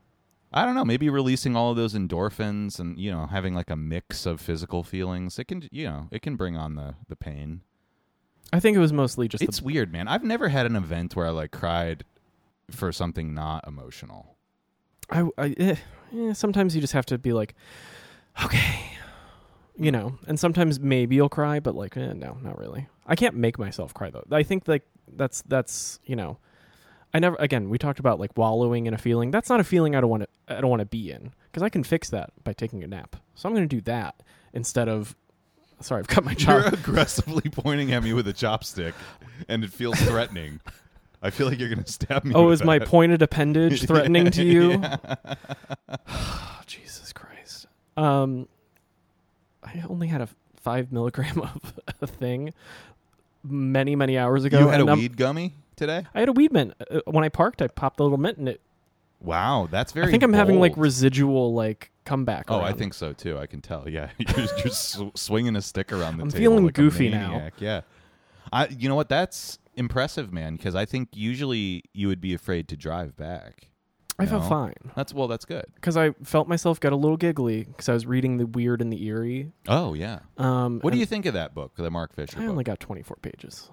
[SPEAKER 1] I don't know. Maybe releasing all of those endorphins and you know having like a mix of physical feelings. It can you know it can bring on the the pain.
[SPEAKER 2] I think it was mostly just
[SPEAKER 1] It's
[SPEAKER 2] the,
[SPEAKER 1] weird, man. I've never had an event where I like cried for something not emotional.
[SPEAKER 2] I, I eh, eh, sometimes you just have to be like, okay, you know. And sometimes maybe you'll cry, but like, eh, no, not really. I can't make myself cry though. I think like that's that's you know, I never again. We talked about like wallowing in a feeling. That's not a feeling I don't want to. I don't want to be in because I can fix that by taking a nap. So I'm going to do that instead of. Sorry, I've cut my
[SPEAKER 1] You're
[SPEAKER 2] chop.
[SPEAKER 1] aggressively pointing at me with a chopstick, and it feels threatening. I feel like you're gonna stab me.
[SPEAKER 2] Oh,
[SPEAKER 1] with
[SPEAKER 2] is my
[SPEAKER 1] that.
[SPEAKER 2] pointed appendage threatening to you?
[SPEAKER 1] Yeah.
[SPEAKER 2] Oh, Jesus Christ. Um, I only had a five milligram of a thing many many hours ago.
[SPEAKER 1] you had a
[SPEAKER 2] and I'm-
[SPEAKER 1] weed gummy today?
[SPEAKER 2] I had a weed mint uh, when I parked. I popped the little mint, and it.
[SPEAKER 1] Wow, that's very.
[SPEAKER 2] I think I'm having like
[SPEAKER 1] bold.
[SPEAKER 2] residual like comeback.
[SPEAKER 1] Oh, I
[SPEAKER 2] around.
[SPEAKER 1] think so too. I can tell. Yeah, you're, you're sw- swinging a stick around the
[SPEAKER 2] I'm
[SPEAKER 1] table.
[SPEAKER 2] feeling
[SPEAKER 1] like a
[SPEAKER 2] goofy now.
[SPEAKER 1] maniac. Yeah, I. You know what? That's impressive, man. Because I think usually you would be afraid to drive back.
[SPEAKER 2] I felt
[SPEAKER 1] No.
[SPEAKER 2] fine
[SPEAKER 1] That's well. That's good.
[SPEAKER 2] because I felt myself get a little giggly because I was reading the weird and the eerie.
[SPEAKER 1] Oh yeah.
[SPEAKER 2] Um,
[SPEAKER 1] What do
[SPEAKER 2] and
[SPEAKER 1] you think of that book, the Mark Fisher
[SPEAKER 2] I
[SPEAKER 1] book?
[SPEAKER 2] only got 24 pages,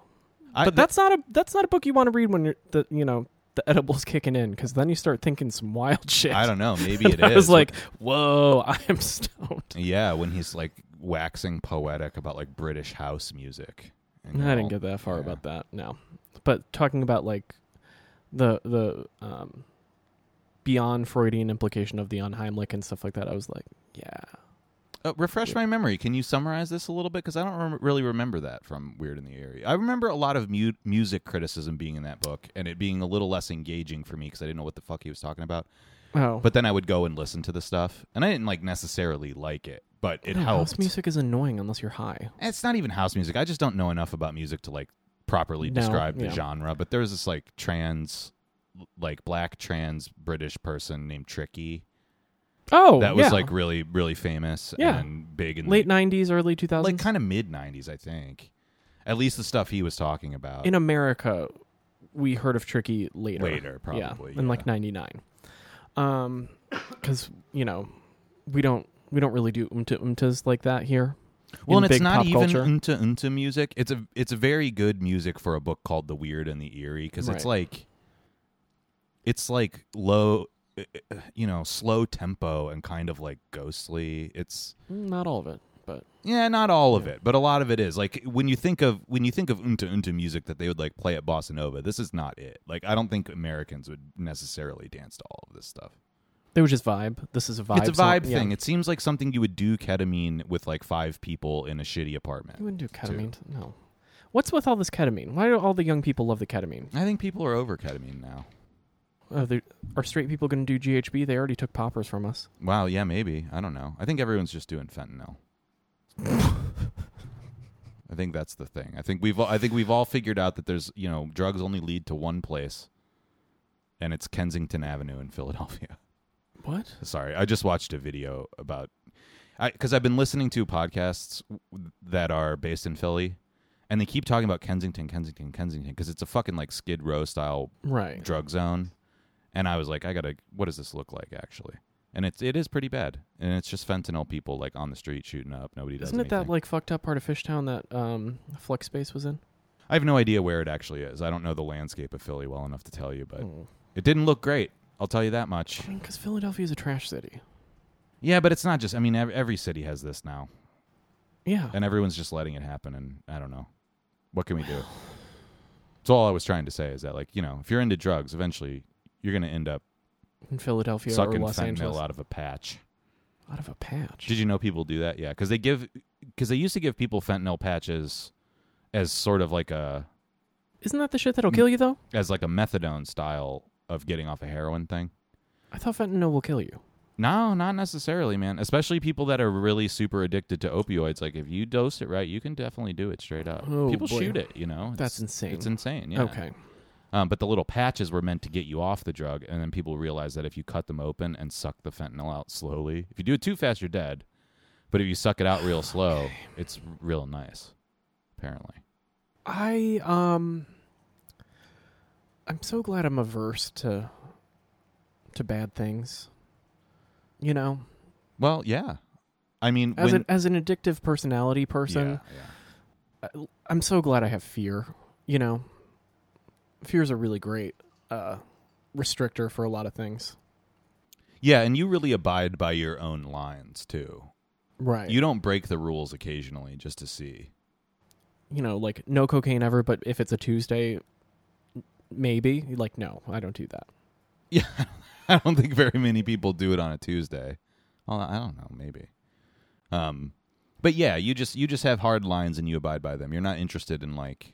[SPEAKER 1] I-
[SPEAKER 2] but that's not a that's not a book you want to read when you're the you know the edibles kicking in because then you start thinking some wild shit.
[SPEAKER 1] I don't know. Maybe it is.
[SPEAKER 2] I was like, whoa, I am stoned.
[SPEAKER 1] yeah, when he's like waxing poetic about like British house music. and
[SPEAKER 2] I didn't
[SPEAKER 1] all.
[SPEAKER 2] get that far
[SPEAKER 1] yeah.
[SPEAKER 2] about that. No, but talking about like the the um, beyond Freudian implication of the unheimlich and stuff like that, I was like, yeah,
[SPEAKER 1] Uh, refresh my memory. Can you summarize this a little bit? Because I don't rem- really remember that from Weird in the Eerie. I remember a lot of mu- music criticism being in that book and it being a little less engaging for me because I didn't know what the fuck he was talking about.
[SPEAKER 2] oh,
[SPEAKER 1] But then I would go and listen to the stuff, and I didn't like necessarily like it, but it
[SPEAKER 2] Yeah,
[SPEAKER 1] helped.
[SPEAKER 2] House music is annoying unless you're high.
[SPEAKER 1] It's not even house music. I just don't know enough about music to like properly
[SPEAKER 2] No,
[SPEAKER 1] describe the
[SPEAKER 2] yeah.
[SPEAKER 1] genre. But there's this like trans, like black trans British person named Tricky
[SPEAKER 2] Oh,
[SPEAKER 1] that was
[SPEAKER 2] yeah.
[SPEAKER 1] like really really famous
[SPEAKER 2] Yeah.
[SPEAKER 1] and big in the
[SPEAKER 2] late '90s, early 2000s
[SPEAKER 1] like kind of mid '90s, I think. At least the stuff he was talking about.
[SPEAKER 2] in America. We heard of Tricky later,
[SPEAKER 1] Later, probably,
[SPEAKER 2] yeah, in
[SPEAKER 1] yeah.
[SPEAKER 2] like '99, um, because you know we don't we don't really do um, umta umtas like that here.
[SPEAKER 1] well,
[SPEAKER 2] in
[SPEAKER 1] and it's
[SPEAKER 2] big
[SPEAKER 1] not
[SPEAKER 2] pop
[SPEAKER 1] even
[SPEAKER 2] culture.
[SPEAKER 1] into into music. It's a it's a very good music for a book called The Weird and the Eerie because it's like it's like low, uh, uh, you know, slow tempo and kind of like ghostly. It's
[SPEAKER 2] Mm, Not all of it, but
[SPEAKER 1] Yeah, not all of it, but a lot of it is. Like when you think of when you think of unta unta music that they would like play at bossa nova, this is not it. Like I don't think Americans would necessarily dance to all of this stuff.
[SPEAKER 2] They were just vibe. This is a vibe.
[SPEAKER 1] it's a
[SPEAKER 2] song.
[SPEAKER 1] vibe
[SPEAKER 2] Yeah.
[SPEAKER 1] thing. It seems like something you would do ketamine with like five people in a shitty
[SPEAKER 2] You
[SPEAKER 1] apartment.
[SPEAKER 2] wouldn't do ketamine. No. What's with all this ketamine? Why do all the young people love the ketamine?
[SPEAKER 1] I think people are over ketamine now.
[SPEAKER 2] Are, they, are straight people going to do GHB? They already took poppers from us.
[SPEAKER 1] Wow, yeah, maybe. I don't know. I think everyone's just doing fentanyl. I think that's the thing. I think we've all, I think we've all figured out that there's, you know, drugs only lead to one place. And it's Kensington Avenue in Philadelphia.
[SPEAKER 2] What?
[SPEAKER 1] Sorry, I just watched a video about because I've been listening to podcasts w- that are based in Philly, and they keep talking about Kensington, Kensington, Kensington because it's a fucking like Skid Row style
[SPEAKER 2] Right.
[SPEAKER 1] drug zone. And I was like, I gotta, what does this look like actually? And it's it is pretty bad, and it's just fentanyl people like on the street shooting up. Nobody does
[SPEAKER 2] Isn't it that
[SPEAKER 1] anything.
[SPEAKER 2] like fucked up part of Fishtown that um, Flex Space was in?
[SPEAKER 1] I have no idea where it actually is. I don't know the landscape of Philly well enough to tell you, but
[SPEAKER 2] Mm.
[SPEAKER 1] it didn't look great. I'll tell you that much.
[SPEAKER 2] I mean, because Philadelphia is a trash city.
[SPEAKER 1] Yeah, but it's not just. I mean, ev- every city has this now.
[SPEAKER 2] Yeah.
[SPEAKER 1] and everyone's just letting it happen and i don't know what can we do so all i was trying to say is that like you know if you're into drugs eventually you're going to end up
[SPEAKER 2] In Philadelphia or
[SPEAKER 1] sucking
[SPEAKER 2] Los
[SPEAKER 1] fentanyl
[SPEAKER 2] Angeles.
[SPEAKER 1] out of a patch
[SPEAKER 2] Out of a patch.
[SPEAKER 1] did you know people do that yeah because they give because they used to give people fentanyl patches as sort of like a
[SPEAKER 2] Isn't that the shit that'll
[SPEAKER 1] Mm.
[SPEAKER 2] kill you, though?
[SPEAKER 1] as like a methadone style of getting off a heroin thing
[SPEAKER 2] I thought fentanyl will kill you.
[SPEAKER 1] no not necessarily man especially people that are really super addicted to opioids like if you dose it right you can definitely do it straight up
[SPEAKER 2] Oh,
[SPEAKER 1] people
[SPEAKER 2] boy.
[SPEAKER 1] shoot it you know It's-
[SPEAKER 2] That's insane.
[SPEAKER 1] it's insane yeah
[SPEAKER 2] Okay.
[SPEAKER 1] Um, but the little patches were meant to get you off the drug, and then people realized that if you cut them open and suck the fentanyl out slowly, if you do it too fast, you're dead. But if you suck it out real slow, it's real nice, apparently.
[SPEAKER 2] I um I'm so glad I'm averse to to bad things. You know,
[SPEAKER 1] Well, yeah. I mean,
[SPEAKER 2] as
[SPEAKER 1] when,
[SPEAKER 2] an as an addictive personality person,
[SPEAKER 1] Yeah, yeah.
[SPEAKER 2] I, I'm so glad I have fear, you know. Fear's a really great uh restrictor for a lot of things.
[SPEAKER 1] yeah, and you really abide by your own lines too.
[SPEAKER 2] Right.
[SPEAKER 1] You
[SPEAKER 2] You,
[SPEAKER 1] don't break the rules occasionally just to see.
[SPEAKER 2] you know, like no cocaine ever, but if it's a Tuesday maybe, like no, I don't do that.
[SPEAKER 1] Yeah, I don't think very many people do it on a Tuesday. Well, I don't know, maybe. Um, but yeah, you just you just have hard lines and you abide by them. You're not interested in like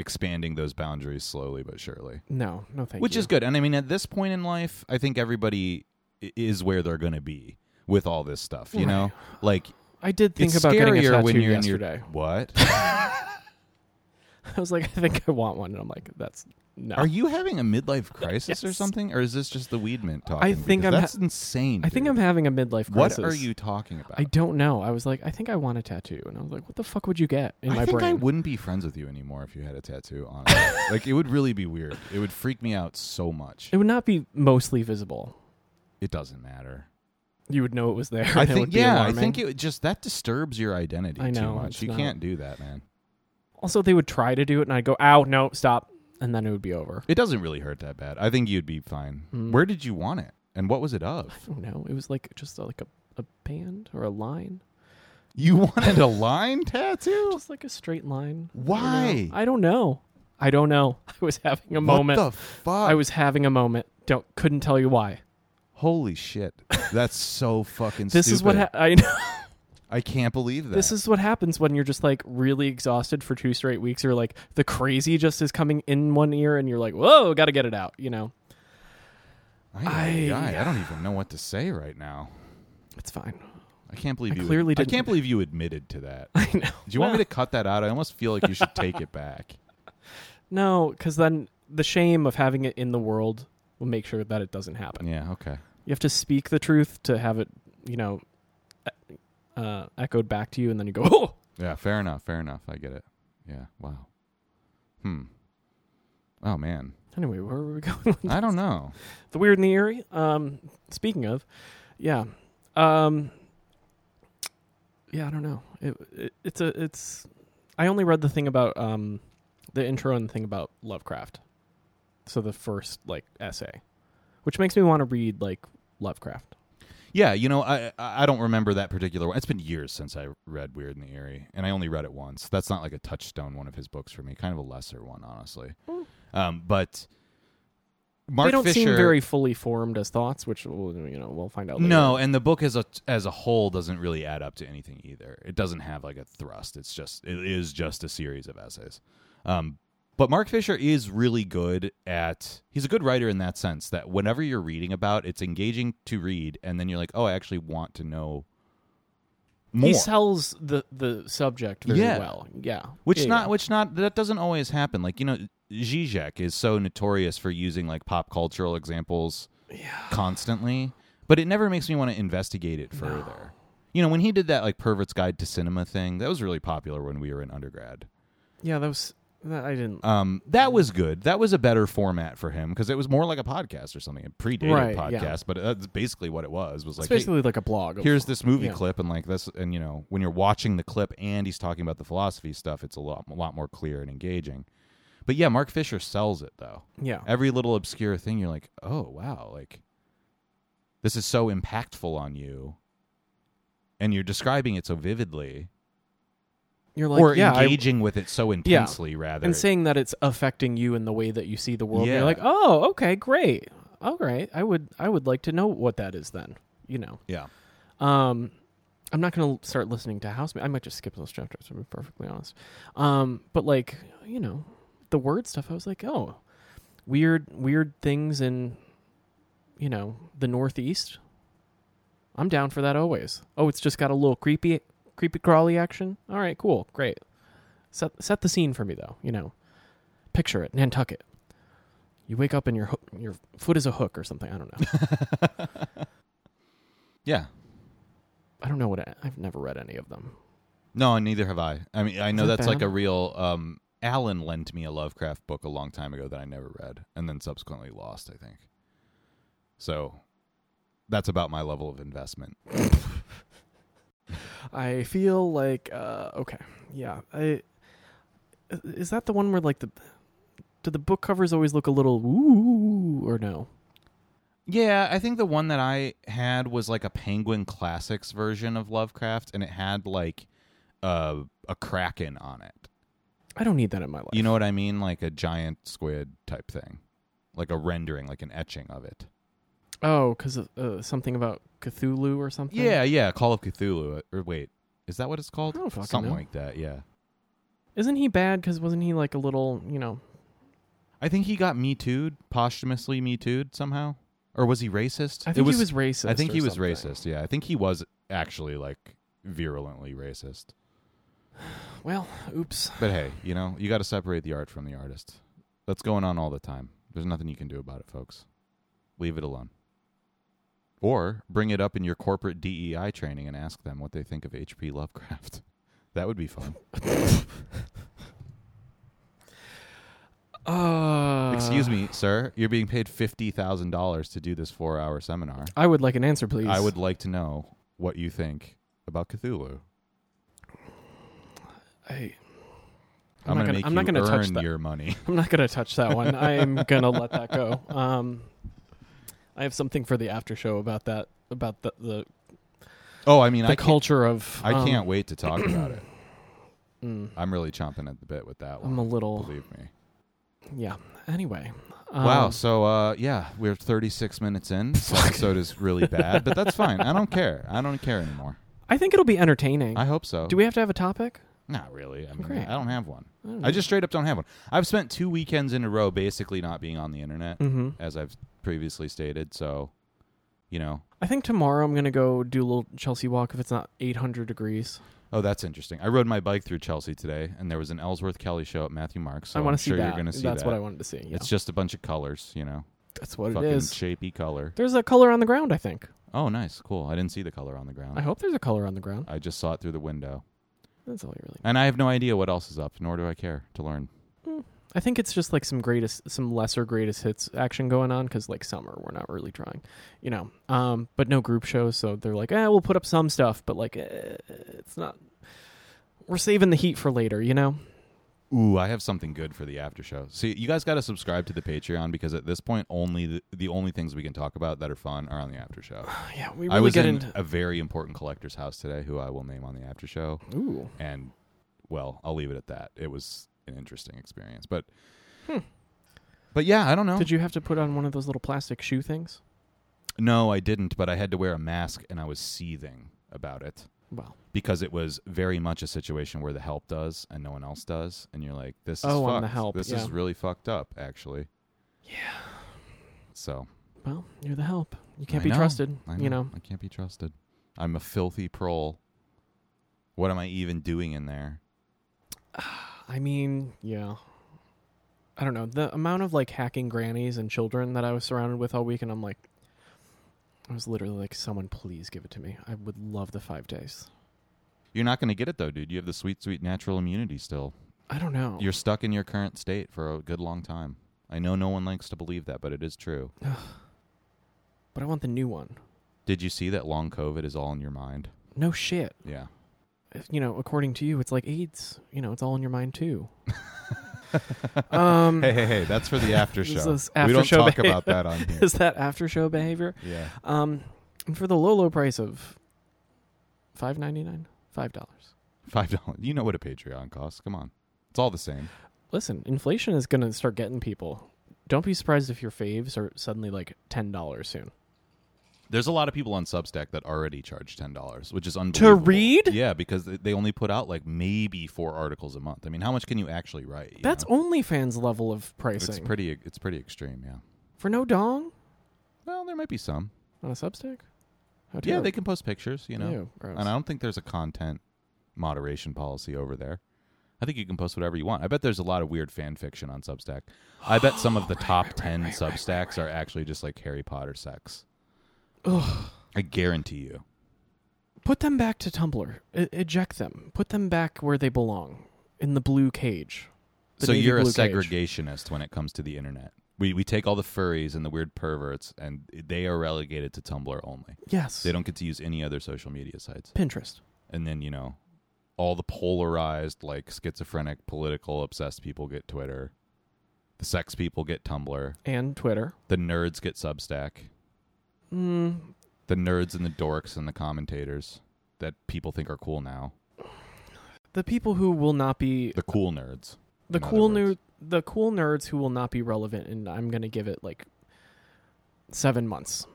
[SPEAKER 1] expanding those boundaries slowly but surely,
[SPEAKER 2] No, no thank
[SPEAKER 1] which
[SPEAKER 2] you.
[SPEAKER 1] is good. And I mean, at this point in life, I think everybody i- is where they're going to be with all this stuff. You know, like
[SPEAKER 2] I did think
[SPEAKER 1] it's
[SPEAKER 2] about getting a
[SPEAKER 1] scarier
[SPEAKER 2] tattoo
[SPEAKER 1] when you're in
[SPEAKER 2] yesterday.
[SPEAKER 1] your what?
[SPEAKER 2] I was like, I think I want one. And I'm like, that's no.
[SPEAKER 1] Are you having a midlife crisis or
[SPEAKER 2] Yes.
[SPEAKER 1] something, or is this just the weed mint talking?
[SPEAKER 2] I think
[SPEAKER 1] Because
[SPEAKER 2] I'm ha-
[SPEAKER 1] that's insane.
[SPEAKER 2] I think
[SPEAKER 1] dude.
[SPEAKER 2] I'm having a midlife
[SPEAKER 1] What
[SPEAKER 2] crisis.
[SPEAKER 1] are you talking about?
[SPEAKER 2] I don't know. I was like, I think I want a tattoo, and I was like, what the fuck would you get in
[SPEAKER 1] I
[SPEAKER 2] my
[SPEAKER 1] think
[SPEAKER 2] brain?
[SPEAKER 1] I wouldn't be friends with you anymore if you had a tattoo. Honestly, like it would really be weird. It would freak me out so much.
[SPEAKER 2] It would not be mostly visible.
[SPEAKER 1] It doesn't matter.
[SPEAKER 2] You would know it was there.
[SPEAKER 1] I
[SPEAKER 2] and it
[SPEAKER 1] think
[SPEAKER 2] would be
[SPEAKER 1] yeah. I
[SPEAKER 2] alarming.
[SPEAKER 1] think it would just that disturbs your identity
[SPEAKER 2] I know,
[SPEAKER 1] too much.
[SPEAKER 2] it's
[SPEAKER 1] You
[SPEAKER 2] not-
[SPEAKER 1] can't do that, man.
[SPEAKER 2] Also, they would try to do it, and I'd go, "Ow, no, stop," and then it would be over.
[SPEAKER 1] It doesn't really hurt that bad. I think you'd be fine.
[SPEAKER 2] Mm.
[SPEAKER 1] Where did you want it, and what was it of?
[SPEAKER 2] I don't know. Oh, It was like just like a, a band or a line,
[SPEAKER 1] You wanted a line tattoo?
[SPEAKER 2] just like a straight line. I don't know.
[SPEAKER 1] Why?
[SPEAKER 2] I don't know. I don't know. I was having a
[SPEAKER 1] What
[SPEAKER 2] moment.
[SPEAKER 1] the fuck?
[SPEAKER 2] I was having a moment. Don't couldn't tell you why.
[SPEAKER 1] Holy shit. That's so fucking
[SPEAKER 2] This is what
[SPEAKER 1] stupid.
[SPEAKER 2] ha- I know.
[SPEAKER 1] I can't believe that.
[SPEAKER 2] This is what happens when you're just like really exhausted for two straight weeks, or like the crazy just is coming in one ear, and you're like, "Whoa, got to get it out," you know.
[SPEAKER 1] I, am a
[SPEAKER 2] I-
[SPEAKER 1] guy. I don't even know what to say right now.
[SPEAKER 2] It's fine.
[SPEAKER 1] I can't believe
[SPEAKER 2] I
[SPEAKER 1] you
[SPEAKER 2] clearly
[SPEAKER 1] I
[SPEAKER 2] didn't-
[SPEAKER 1] can't believe you admitted to that.
[SPEAKER 2] I know.
[SPEAKER 1] Do you want me to cut that out? I almost feel like you should take it back.
[SPEAKER 2] No, because then the shame of having it in the world will make sure that it doesn't happen.
[SPEAKER 1] Yeah, okay.
[SPEAKER 2] You have to speak the truth to have it, you know, e- uh, echoed back to you, and then you go, "Oh,
[SPEAKER 1] Yeah, fair enough, fair enough. I get it. Yeah, wow. Hmm. Oh man.
[SPEAKER 2] anyway, where were we going?" with
[SPEAKER 1] I
[SPEAKER 2] this?
[SPEAKER 1] don't know.
[SPEAKER 2] The weird and the eerie. Um, speaking of, yeah, um, yeah, I don't know. It, it it's a it's. I only read the thing about um, the intro and the thing about Lovecraft, so the first like essay, which makes me want to read like Lovecraft.
[SPEAKER 1] Yeah, you know, I I I don't remember that particular one. It's been years since I read Weird and the Eerie, and I only read it once. That's not like a touchstone one of his books for me. Kind of a lesser one, honestly.
[SPEAKER 2] Mm.
[SPEAKER 1] Um, but Mark
[SPEAKER 2] they don't
[SPEAKER 1] Fisher,
[SPEAKER 2] seem very fully formed as thoughts, which we'll, you know we'll find out. Later.
[SPEAKER 1] no, and the book as a as a whole doesn't really add up to anything either. It doesn't have like a thrust. It's just it is just a series of essays. Um, but Mark Fisher is really good at he's a good writer in that sense that whenever you're reading about it's engaging to read and then you're like, "Oh, I actually want to know more."
[SPEAKER 2] he sells the the subject very
[SPEAKER 1] Yeah.
[SPEAKER 2] well. Yeah,
[SPEAKER 1] Which
[SPEAKER 2] Yeah,
[SPEAKER 1] not,
[SPEAKER 2] yeah.
[SPEAKER 1] which not, that doesn't always happen. Like you know, Zizek is so notorious for using like pop cultural examples constantly, but it never makes me want to investigate it further. You know, when he did that like pervert's guide to cinema thing, that was really popular when we were in undergrad.
[SPEAKER 2] yeah. That was that I didn't.
[SPEAKER 1] Um, that was good. That was a better format for him because it was more like a podcast or something. It predated
[SPEAKER 2] Right,
[SPEAKER 1] podcast,
[SPEAKER 2] yeah.
[SPEAKER 1] but that's basically what it was. Was
[SPEAKER 2] it's
[SPEAKER 1] like
[SPEAKER 2] basically like a blog. of-
[SPEAKER 1] here's this movie
[SPEAKER 2] Yeah.
[SPEAKER 1] clip and like this and you know when you're watching the clip and he's talking about the philosophy stuff it's a lot a lot more clear and engaging but yeah mark fisher sells it though
[SPEAKER 2] yeah.
[SPEAKER 1] every little obscure thing you're like oh wow like this is so impactful on you and you're describing it so vividly
[SPEAKER 2] You're like
[SPEAKER 1] or
[SPEAKER 2] yeah, I-
[SPEAKER 1] engaging with it so intensely rather
[SPEAKER 2] and saying that it's affecting you in the way that you see the world.
[SPEAKER 1] Yeah.
[SPEAKER 2] You're like, oh, okay, great, all right. I would I would like to know what that is then. You know,
[SPEAKER 1] yeah
[SPEAKER 2] um, I'm not gonna start listening to house. mu- I might just skip those chapters. To be perfectly honest, um, but like you know, the word stuff. I was like, oh, weird weird things in, you know, the Northeast. I'm down for that always. Oh, it's just got a little creepy creepy crawly action. All right, cool, great. Set set the scene for me though. You know, picture it, Nantucket. You wake up and your ho- your foot is a hook or something. I don't know.
[SPEAKER 1] yeah
[SPEAKER 2] I don't know what I, I've never read any of them.
[SPEAKER 1] No, and neither have I. I mean, I know
[SPEAKER 2] Is it
[SPEAKER 1] that's like
[SPEAKER 2] bad?
[SPEAKER 1] a real. Um, Alan lent me a Lovecraft book a long time ago that I never read, and then subsequently lost. I think. So, that's about my level of investment.
[SPEAKER 2] I feel like uh, okay, yeah. I is that the one where like the do the book covers always look a little ooh or no?
[SPEAKER 1] Yeah, I think the one that I had was like a Penguin Classics version of Lovecraft, and it had like uh, a kraken on it.
[SPEAKER 2] I don't need that in my life.
[SPEAKER 1] You know what I mean? Like a giant squid type thing, like a rendering, like an etching of it.
[SPEAKER 2] Oh, because uh, something about Cthulhu or something.
[SPEAKER 1] Yeah, yeah. Call of Cthulhu. uh, Or wait, is that what it's called?
[SPEAKER 2] I don't fucking
[SPEAKER 1] Something
[SPEAKER 2] know.
[SPEAKER 1] like that. Yeah.
[SPEAKER 2] isn't he bad? Because wasn't he like a little you know?
[SPEAKER 1] I think he got me too'd, posthumously me too'd somehow. Or was he racist?
[SPEAKER 2] I
[SPEAKER 1] It
[SPEAKER 2] think he was racist.
[SPEAKER 1] I think
[SPEAKER 2] or
[SPEAKER 1] he was
[SPEAKER 2] something.
[SPEAKER 1] racist. Yeah, I think he was actually like virulently racist.
[SPEAKER 2] Well, oops.
[SPEAKER 1] But hey, you know, you got to separate the art from the artist. That's going on all the time. There's nothing you can do about it, folks. Leave it alone. Or bring it up in your corporate DEI training and ask them what they think of H.P. Lovecraft. That would be fun.
[SPEAKER 2] Uh,
[SPEAKER 1] Excuse me, sir. You're being paid $50,000 to do this four hour seminar.
[SPEAKER 2] I would like an answer, please.
[SPEAKER 1] I would like to know what you think about Cthulhu.
[SPEAKER 2] I,
[SPEAKER 1] I'm,
[SPEAKER 2] I'm not
[SPEAKER 1] gonna,
[SPEAKER 2] gonna-
[SPEAKER 1] make
[SPEAKER 2] I'm not
[SPEAKER 1] you
[SPEAKER 2] gonna touch
[SPEAKER 1] earn
[SPEAKER 2] that.
[SPEAKER 1] your money.
[SPEAKER 2] I'm not gonna touch that one. I'm gonna let that go. Um, I have something for the after show about that about the the,
[SPEAKER 1] Oh, I mean,
[SPEAKER 2] the
[SPEAKER 1] I can't,
[SPEAKER 2] culture of.
[SPEAKER 1] I
[SPEAKER 2] um,
[SPEAKER 1] can't wait to talk about it.
[SPEAKER 2] mm,
[SPEAKER 1] I'm really chomping at the bit with that one.
[SPEAKER 2] I'm a little.
[SPEAKER 1] believe me.
[SPEAKER 2] Yeah. Anyway.
[SPEAKER 1] wow.
[SPEAKER 2] um,
[SPEAKER 1] So uh, yeah, we're 36 minutes in. This episode is really bad, but that's fine. I don't care. I don't care anymore.
[SPEAKER 2] I think it'll be entertaining.
[SPEAKER 1] I hope so.
[SPEAKER 2] Do we have to have a topic?
[SPEAKER 1] Not really. I mean,
[SPEAKER 2] Great. Hmm.
[SPEAKER 1] I don't have one.
[SPEAKER 2] don't
[SPEAKER 1] I just straight up don't have one. I've spent two weekends in a row basically not being on the internet,
[SPEAKER 2] Mm-hmm.
[SPEAKER 1] as I've previously stated. So, you know.
[SPEAKER 2] I think tomorrow I'm gonna go do a little Chelsea walk if it's not 800 degrees.
[SPEAKER 1] Oh, that's interesting. I rode my bike through Chelsea today, and there was an Ellsworth Kelly show at Matthew Marks. So
[SPEAKER 2] I want
[SPEAKER 1] I'm
[SPEAKER 2] to see
[SPEAKER 1] sure
[SPEAKER 2] that.
[SPEAKER 1] you're going to see
[SPEAKER 2] That's
[SPEAKER 1] that.
[SPEAKER 2] what I wanted to see. Yeah.
[SPEAKER 1] It's just a bunch of colors, you know,
[SPEAKER 2] That's what it
[SPEAKER 1] fucking
[SPEAKER 2] is.
[SPEAKER 1] shapy color.
[SPEAKER 2] There's a color on the ground. I think.
[SPEAKER 1] Oh, nice, cool. I didn't see the color on the ground.
[SPEAKER 2] I hope there's a color on the ground.
[SPEAKER 1] I just saw it through the window.
[SPEAKER 2] That's all you really.
[SPEAKER 1] And I have no idea what else is up, nor do I care to learn.
[SPEAKER 2] I think it's just like some greatest, some lesser greatest hits action going on because like summer, we're not really trying, you know. Um, but no group shows, so they're like, eh, we'll put up some stuff, but like, eh, it's not. We're saving the heat for later, you know.
[SPEAKER 1] Ooh, I have something good for the after show. See, you guys got to subscribe to the Patreon because at this point, only the, the only things we can talk about that are fun are on the after show.
[SPEAKER 2] Yeah, we really
[SPEAKER 1] I was
[SPEAKER 2] get
[SPEAKER 1] in
[SPEAKER 2] into.
[SPEAKER 1] a very important collector's house today, who I will name on the after show,
[SPEAKER 2] Ooh,
[SPEAKER 1] and well, I'll leave it at that. It was an interesting experience, but
[SPEAKER 2] Hmm.
[SPEAKER 1] but yeah, I don't know.
[SPEAKER 2] did you have to put on one of those little plastic shoe things?
[SPEAKER 1] no, I didn't, but I had to wear a mask, and I was seething about it.
[SPEAKER 2] Well,
[SPEAKER 1] because it was very much a situation where the help does and no one else does, and you're like, "This is
[SPEAKER 2] Oh,
[SPEAKER 1] fucked.
[SPEAKER 2] on the help,
[SPEAKER 1] This
[SPEAKER 2] yeah.
[SPEAKER 1] is really fucked up, actually."
[SPEAKER 2] Yeah.
[SPEAKER 1] So
[SPEAKER 2] well, you're the help. You can't
[SPEAKER 1] I
[SPEAKER 2] be
[SPEAKER 1] know.
[SPEAKER 2] trusted.
[SPEAKER 1] I
[SPEAKER 2] You know.
[SPEAKER 1] I can't be trusted. I'm a filthy prole. What am I even doing in there?
[SPEAKER 2] I mean, yeah. I don't know. The amount of like hacking grannies and children that I was surrounded with all week and I'm like I was literally like, someone please give it to me. I would love the five days.
[SPEAKER 1] You're not going to get it though, dude. You have the sweet, sweet natural immunity still.
[SPEAKER 2] I don't know.
[SPEAKER 1] You're stuck in your current state for a good long time. I know no one likes to believe that, but it is true.
[SPEAKER 2] but I want the new one.
[SPEAKER 1] Did you see that long COVID is all in your mind?
[SPEAKER 2] No shit.
[SPEAKER 1] Yeah.
[SPEAKER 2] If, you know, according to you, it's like AIDS. You know, it's all in your mind too. um
[SPEAKER 1] Hey, hey, hey! That's for the after
[SPEAKER 2] Mm. This
[SPEAKER 1] show.
[SPEAKER 2] is
[SPEAKER 1] we
[SPEAKER 2] after
[SPEAKER 1] don't
[SPEAKER 2] show
[SPEAKER 1] talk
[SPEAKER 2] behavior.
[SPEAKER 1] about that on here.
[SPEAKER 2] is that after show behavior?
[SPEAKER 1] Yeah.
[SPEAKER 2] Um and for the low low price of five ninety nine? Five dollars.
[SPEAKER 1] Five dollars. You know what a Patreon costs. Come on, it's all the same.
[SPEAKER 2] listen, inflation is going to start getting people. Don't be surprised if your faves are suddenly like ten dollars soon.
[SPEAKER 1] There's a lot of people on Substack that already charge ten dollars, which is unbelievable.
[SPEAKER 2] read?
[SPEAKER 1] Yeah, because they- they only put out like maybe four articles a month. I mean, how much can you actually write? you
[SPEAKER 2] That's
[SPEAKER 1] know?
[SPEAKER 2] OnlyFans level of
[SPEAKER 1] it's
[SPEAKER 2] pricing
[SPEAKER 1] pretty. It's pretty extreme. Yeah.
[SPEAKER 2] for no dong
[SPEAKER 1] Well, there might be some.
[SPEAKER 2] on a Substack. How
[SPEAKER 1] yeah,
[SPEAKER 2] dare-
[SPEAKER 1] they can post pictures. You know,
[SPEAKER 2] Ew, gross.
[SPEAKER 1] and I don't think there's a content moderation policy over there. I think you can post whatever you want. I bet there's a lot of weird fan fiction on Substack. I bet some of the top ten Substacks are actually just like Harry Potter sex.
[SPEAKER 2] Ugh.
[SPEAKER 1] I guarantee you.
[SPEAKER 2] Put them back to Tumblr. E- eject them. Put them back where they belong, in the blue cage. The
[SPEAKER 1] so
[SPEAKER 2] navy
[SPEAKER 1] you're a
[SPEAKER 2] blue cage.
[SPEAKER 1] segregationist when it comes to the internet. We we take all the furries and the weird perverts, and they are relegated to Tumblr only.
[SPEAKER 2] Yes.
[SPEAKER 1] They don't get to use any other social media sites.
[SPEAKER 2] Pinterest.
[SPEAKER 1] And then you know, all the polarized, like schizophrenic, political obsessed people get Twitter. The sex people get Tumblr.
[SPEAKER 2] And Twitter.
[SPEAKER 1] The nerds get Substack.
[SPEAKER 2] Mm,
[SPEAKER 1] The nerds and the dorks and the commentators that people think are cool now.
[SPEAKER 2] the people who will not be
[SPEAKER 1] The cool nerds.
[SPEAKER 2] the
[SPEAKER 1] in other
[SPEAKER 2] cool
[SPEAKER 1] words.
[SPEAKER 2] new the cool nerds who will not be relevant and i'm gonna give it like seven months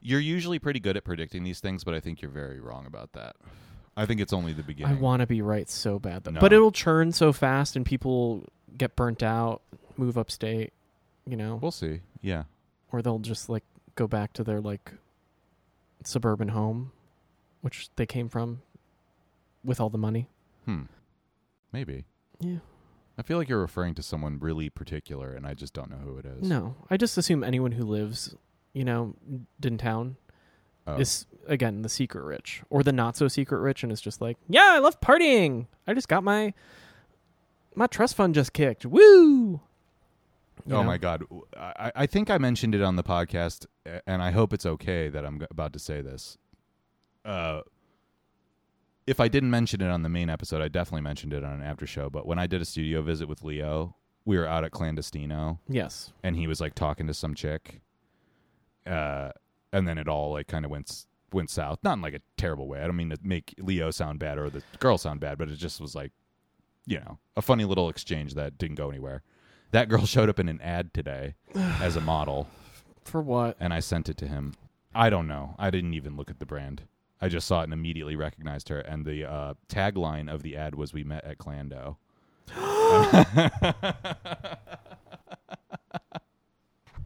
[SPEAKER 1] You're usually pretty good at predicting these things, but I think you're very wrong about that. I think it's only the beginning.
[SPEAKER 2] i want to be right so bad though.
[SPEAKER 1] No.
[SPEAKER 2] but it'll churn so fast and people get burnt out move upstate you know
[SPEAKER 1] We'll see. Yeah.
[SPEAKER 2] or they'll just like go back to their like suburban home which they came from with all the money
[SPEAKER 1] Hmm. Maybe.
[SPEAKER 2] Yeah.
[SPEAKER 1] I feel like you're referring to someone really particular, and I just don't know who it is.
[SPEAKER 2] No, I just assume anyone who lives, you know, in town
[SPEAKER 1] Oh.
[SPEAKER 2] is again the secret rich or the not so secret rich, and is just like, yeah, I love partying. I just got my my trust fund just kicked. Woo! You
[SPEAKER 1] oh
[SPEAKER 2] know?
[SPEAKER 1] my god! W- I, I think I mentioned it on the podcast, a- and I hope it's okay that I'm g- about to say this. Uh, if I didn't mention it on the main episode, I definitely mentioned it on an after show. But when I did a studio visit with Leo, we were out at Clandestino,
[SPEAKER 2] Yes.
[SPEAKER 1] and he was like talking to some chick, uh, and then it all like kind of went s- went south. Not in like a terrible way. I don't mean to make Leo sound bad or the girl sound bad, but it just was like, you know, a funny little exchange that didn't go anywhere. That girl showed up in an ad today as a model,
[SPEAKER 2] For what?
[SPEAKER 1] and I sent it to him. I don't know. I didn't even look at the brand. I just saw it and immediately recognized her. And the uh, tagline of the ad was "We met at Clando."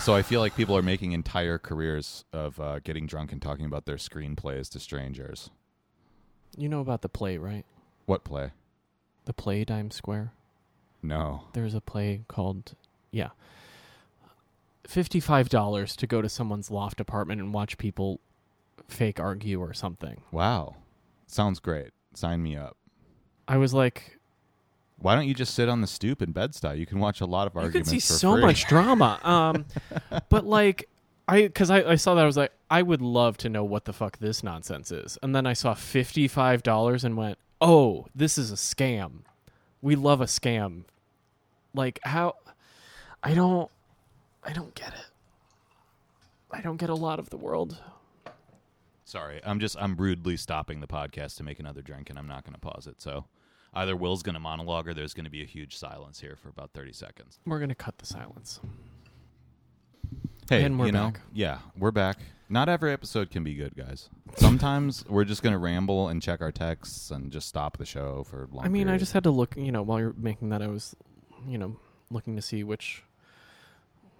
[SPEAKER 1] so I feel like people are making entire careers of uh, getting drunk and talking about their screenplays to strangers.
[SPEAKER 2] You know about the play, right?
[SPEAKER 1] What play?
[SPEAKER 2] The play Dime Square.
[SPEAKER 1] No.
[SPEAKER 2] There's a play called yeah. Fifty-five dollars to go to someone's loft apartment and watch people fake argue or something.
[SPEAKER 1] Wow. Sounds great. Sign me up.
[SPEAKER 2] I was like,
[SPEAKER 1] Why don't you just sit on the stoop in Bed-Stuy? You can watch a lot of
[SPEAKER 2] you could
[SPEAKER 1] arguments
[SPEAKER 2] see
[SPEAKER 1] for
[SPEAKER 2] so
[SPEAKER 1] free.
[SPEAKER 2] much drama. Um, but like, I because I, I saw that I was like, I would love to know what the fuck this nonsense is. And then I saw fifty five dollars and went, oh, this is a scam. We love a scam. Like how? I don't. I don't get it. I don't get a lot of the world.
[SPEAKER 1] Sorry, I'm just I'm rudely stopping the podcast to make another drink, and I'm not going to pause it. So, either Will's going to monologue, or there's going to be a huge silence here for about thirty seconds.
[SPEAKER 2] We're gonna cut the silence.
[SPEAKER 1] Hey,
[SPEAKER 2] And we're
[SPEAKER 1] you know,
[SPEAKER 2] back.
[SPEAKER 1] yeah, we're back. Not every episode can be good, guys. Sometimes we're just going to ramble and check our texts and just stop the show for long.
[SPEAKER 2] I mean, I
[SPEAKER 1] periods.
[SPEAKER 2] just had to look. You know, while you're making that, I was, you know, looking to see which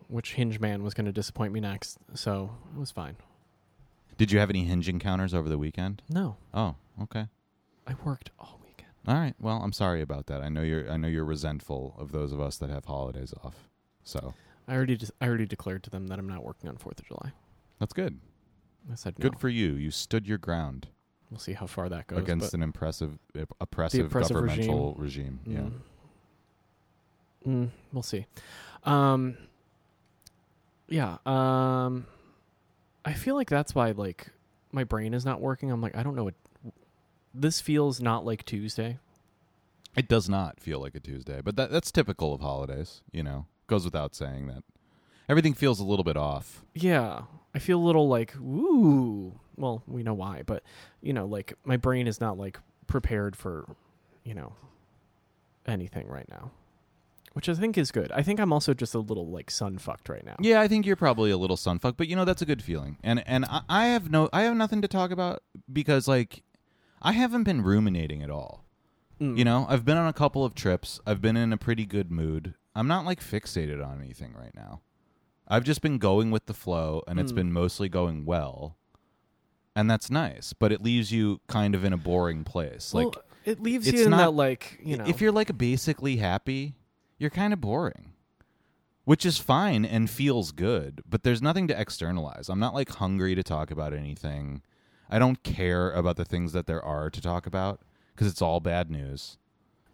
[SPEAKER 2] which hinge man was going to disappoint me next. So it was fine.
[SPEAKER 1] did you have any hinge encounters over the weekend?
[SPEAKER 2] No,
[SPEAKER 1] Oh, okay.
[SPEAKER 2] I worked all weekend.
[SPEAKER 1] All right. Well, I'm sorry about that. I know you're I know you're resentful of those of us that have holidays off. So
[SPEAKER 2] I already de- I already declared to them that I'm not working on Fourth of July.
[SPEAKER 1] that's good.
[SPEAKER 2] I said
[SPEAKER 1] Good
[SPEAKER 2] no.
[SPEAKER 1] for you. You stood your ground.
[SPEAKER 2] We'll see how far that goes.
[SPEAKER 1] against
[SPEAKER 2] but,
[SPEAKER 1] an impressive, op- oppressive,
[SPEAKER 2] oppressive
[SPEAKER 1] governmental regime.
[SPEAKER 2] Mm. Mm, we'll see. Um, yeah. Um, I feel like that's why like my brain is not working. I'm like I don't know what this feels. Not like Tuesday.
[SPEAKER 1] Yeah, it does not feel like a Tuesday, but that, that's typical of holidays. You know, goes without saying that everything feels a little bit off.
[SPEAKER 2] Yeah. I feel a little like, ooh. Well, we know why, but, you know, like my brain is not like prepared for, you know, anything right now, which I think is good. I think I'm also just a little like sun fucked right now.
[SPEAKER 1] Yeah, I think you're probably a little sunfuck, but you know that's a good feeling. And and I, I have no, I have nothing to talk about because like I haven't been ruminating at all.
[SPEAKER 2] Mm.
[SPEAKER 1] You know, I've been on a couple of trips. I've been in a pretty good mood. I'm not like fixated on anything right now. I've just been going with the flow and it's
[SPEAKER 2] Mm.
[SPEAKER 1] been mostly going well. And that's nice, but it leaves you kind of in a boring place.
[SPEAKER 2] Well,
[SPEAKER 1] like
[SPEAKER 2] it leaves
[SPEAKER 1] it's
[SPEAKER 2] you in
[SPEAKER 1] not-
[SPEAKER 2] that, like, you know,
[SPEAKER 1] if you're like basically happy, you're kind of boring. Which is fine and feels good, but there's nothing to externalize. I'm not like hungry to talk about anything. I don't care about the things that there are to talk about because it's all bad news.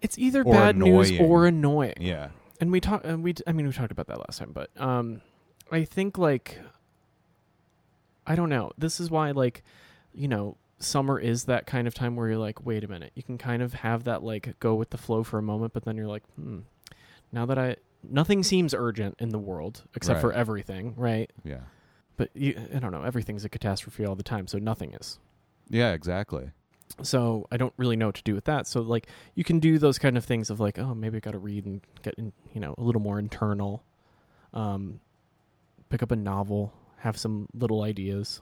[SPEAKER 2] it's either
[SPEAKER 1] or
[SPEAKER 2] bad news
[SPEAKER 1] annoying.
[SPEAKER 2] or annoying.
[SPEAKER 1] Yeah.
[SPEAKER 2] and we talked and we i mean we talked about that last time but um i think like i don't know this is why like you know summer is that kind of time where you're like wait a minute you can kind of have that like go with the flow for a moment but then you're like hmm now that i nothing seems urgent in the world except for
[SPEAKER 1] Right.
[SPEAKER 2] everything right
[SPEAKER 1] Yeah.
[SPEAKER 2] but you i don't know everything's a catastrophe all the time so nothing is
[SPEAKER 1] Yeah, exactly.
[SPEAKER 2] so i don't really know what to do with that so like you can do those kind of things of like oh maybe i gotta read and get in, you know a little more internal um pick up a novel have some little ideas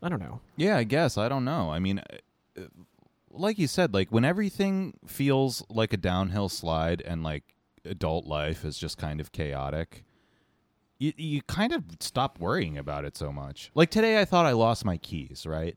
[SPEAKER 2] i don't know
[SPEAKER 1] Yeah, I guess. I don't know. I mean, uh, uh, like you said, like when everything feels like a downhill slide and like adult life is just kind of chaotic, you, you kind of stop worrying about it so much. Like today, I thought I lost my keys, right?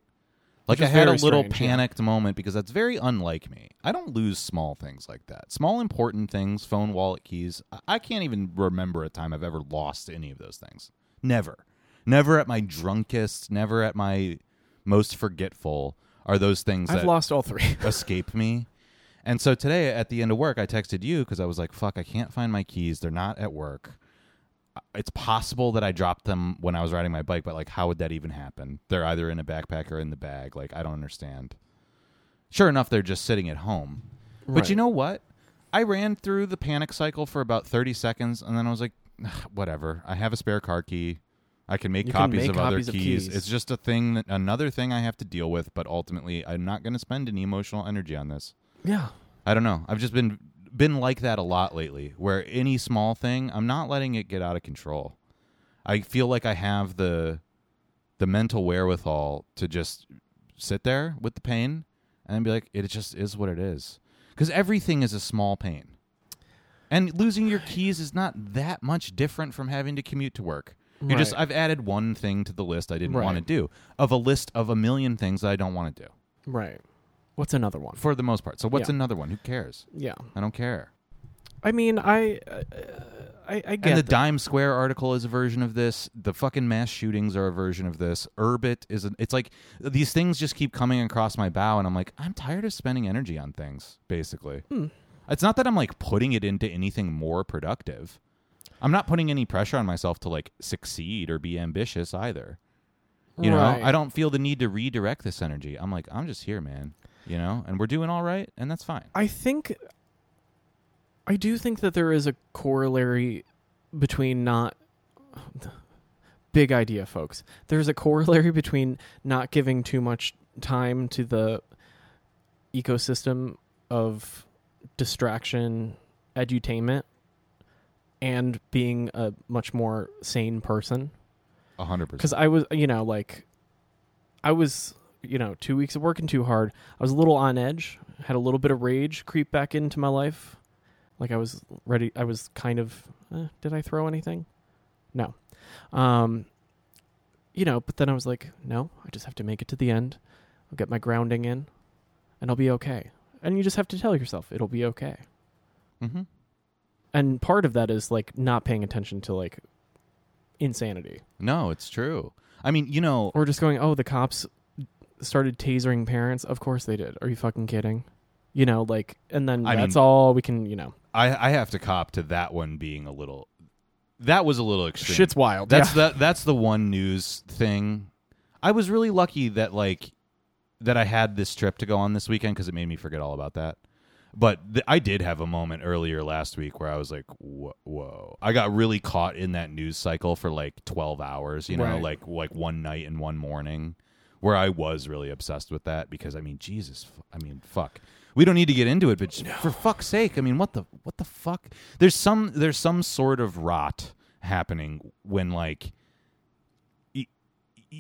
[SPEAKER 1] Like
[SPEAKER 2] Which
[SPEAKER 1] I
[SPEAKER 2] is
[SPEAKER 1] had a
[SPEAKER 2] very
[SPEAKER 1] little
[SPEAKER 2] strange, yeah.
[SPEAKER 1] panicked moment because that's very unlike me. I don't lose small things like that. Small important things, phone, wallet, keys. I- I can't even remember a time I've ever lost any of those things. Never. Never at my drunkest, never at my most forgetful are those things
[SPEAKER 2] I've
[SPEAKER 1] that
[SPEAKER 2] lost all three.
[SPEAKER 1] escape me. And so today at the end of work, I texted you because I was like, fuck, I can't find my keys. They're not at work. Uh, It's possible that I dropped them when I was riding my bike, but like, how would that even happen? They're either in a backpack or in the bag. Like, I don't understand. Sure enough, they're just sitting at home. But you
[SPEAKER 2] Right.
[SPEAKER 1] know what? I ran through the panic cycle for about 30 seconds and then I was like, "Ugh, whatever. I have a spare car key. I can make
[SPEAKER 2] You can
[SPEAKER 1] copies
[SPEAKER 2] make
[SPEAKER 1] of
[SPEAKER 2] copies
[SPEAKER 1] other
[SPEAKER 2] of
[SPEAKER 1] keys.
[SPEAKER 2] keys.
[SPEAKER 1] It's just a thing that another thing I have to deal with, but ultimately I'm not going to spend any emotional energy on this.
[SPEAKER 2] Yeah.
[SPEAKER 1] I don't know. I've just been been like that a lot lately where any small thing, I'm not letting it get out of control. I feel like I have the the mental wherewithal to just sit there with the pain and be like it just is what it is. Cuz everything is a small pain. And losing your keys is not that much different from having to commute to work. You just
[SPEAKER 2] Right.
[SPEAKER 1] I've added one thing to the list I didn't
[SPEAKER 2] Right.
[SPEAKER 1] want to do of a list of a million things that I don't want to do
[SPEAKER 2] Right. What's another one?
[SPEAKER 1] for the most part. So what's
[SPEAKER 2] Yeah.
[SPEAKER 1] another one? Who cares?
[SPEAKER 2] Yeah.
[SPEAKER 1] I don't care.
[SPEAKER 2] I mean, I, uh, I, I get
[SPEAKER 1] and the
[SPEAKER 2] that.
[SPEAKER 1] Dime Square article is a version of this. The fucking mass shootings are a version of this. Urbit is an, it's like these things just keep coming across my bow, and I'm like, I'm tired of spending energy on things. Basically,
[SPEAKER 2] Hmm.
[SPEAKER 1] it's not that I'm like putting it into anything more productive. I'm not putting any pressure on myself to like succeed or be ambitious either. You
[SPEAKER 2] Right.
[SPEAKER 1] know, I don't feel the need to redirect this energy. I'm like, I'm just here, man. You know, and we're doing all right, and that's fine.
[SPEAKER 2] I think I do think that there is a corollary between not big idea folks. There's a corollary between not giving too much time to the ecosystem of distraction edutainment and being a much more sane person
[SPEAKER 1] A hundred percent.
[SPEAKER 2] because I was, you know, like I was, you know, two weeks of working too hard. I was a little on edge. Had a little bit of rage creep back into my life. Like I was ready. I was kind of. Eh, did I throw anything? No. Um, you know, but then I was like, no, I just have to make it to the end. I'll get my grounding in, and I'll be okay. And you just have to tell yourself it'll be okay
[SPEAKER 1] Mm-hmm.
[SPEAKER 2] and part of that is like not paying attention to like insanity
[SPEAKER 1] No, it's true. I mean, you know,
[SPEAKER 2] or just going oh the cops started tasering parents of course they did are you fucking kidding you know like and then
[SPEAKER 1] I
[SPEAKER 2] that's
[SPEAKER 1] mean-
[SPEAKER 2] all we can you know
[SPEAKER 1] I I have to cop to that one being a little. That was a little extreme.
[SPEAKER 2] shit's wild
[SPEAKER 1] that's
[SPEAKER 2] yeah.
[SPEAKER 1] the that's the one news thing. I was really lucky that like that I had this trip to go on this weekend because it made me forget all about that. But th- I did have a moment earlier last week where I was like, "Whoa!" whoa. I got really caught in that news cycle for like twelve hours. You know,
[SPEAKER 2] Right.
[SPEAKER 1] like like one night and one morning, where I was really obsessed with that because I mean, Jesus, f- I mean, fuck. We don't need to get into it, but for fuck's sake, I mean, what the what the fuck? There's some there's some sort of rot happening when like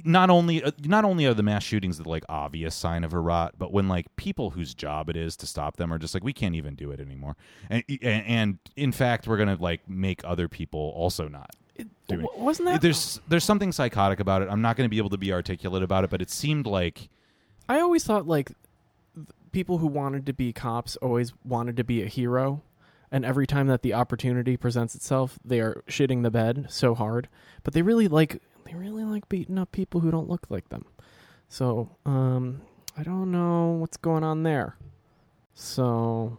[SPEAKER 1] not only uh, not only are the mass shootings the like obvious sign of a rot, but when like people whose job it is to stop them are just like we can't even do it anymore, and e, and, and in fact we're gonna like make other people also not. doing it.
[SPEAKER 2] W- wasn't that
[SPEAKER 1] There's there's something psychotic about it. I'm not gonna be able to be articulate about it, but it seemed like
[SPEAKER 2] i always thought like th- people who wanted to be cops always wanted to be a hero and every time that the opportunity presents itself they are shitting the bed so hard but they really like they really like beating up people who don't look like them so um i don't know what's going on there so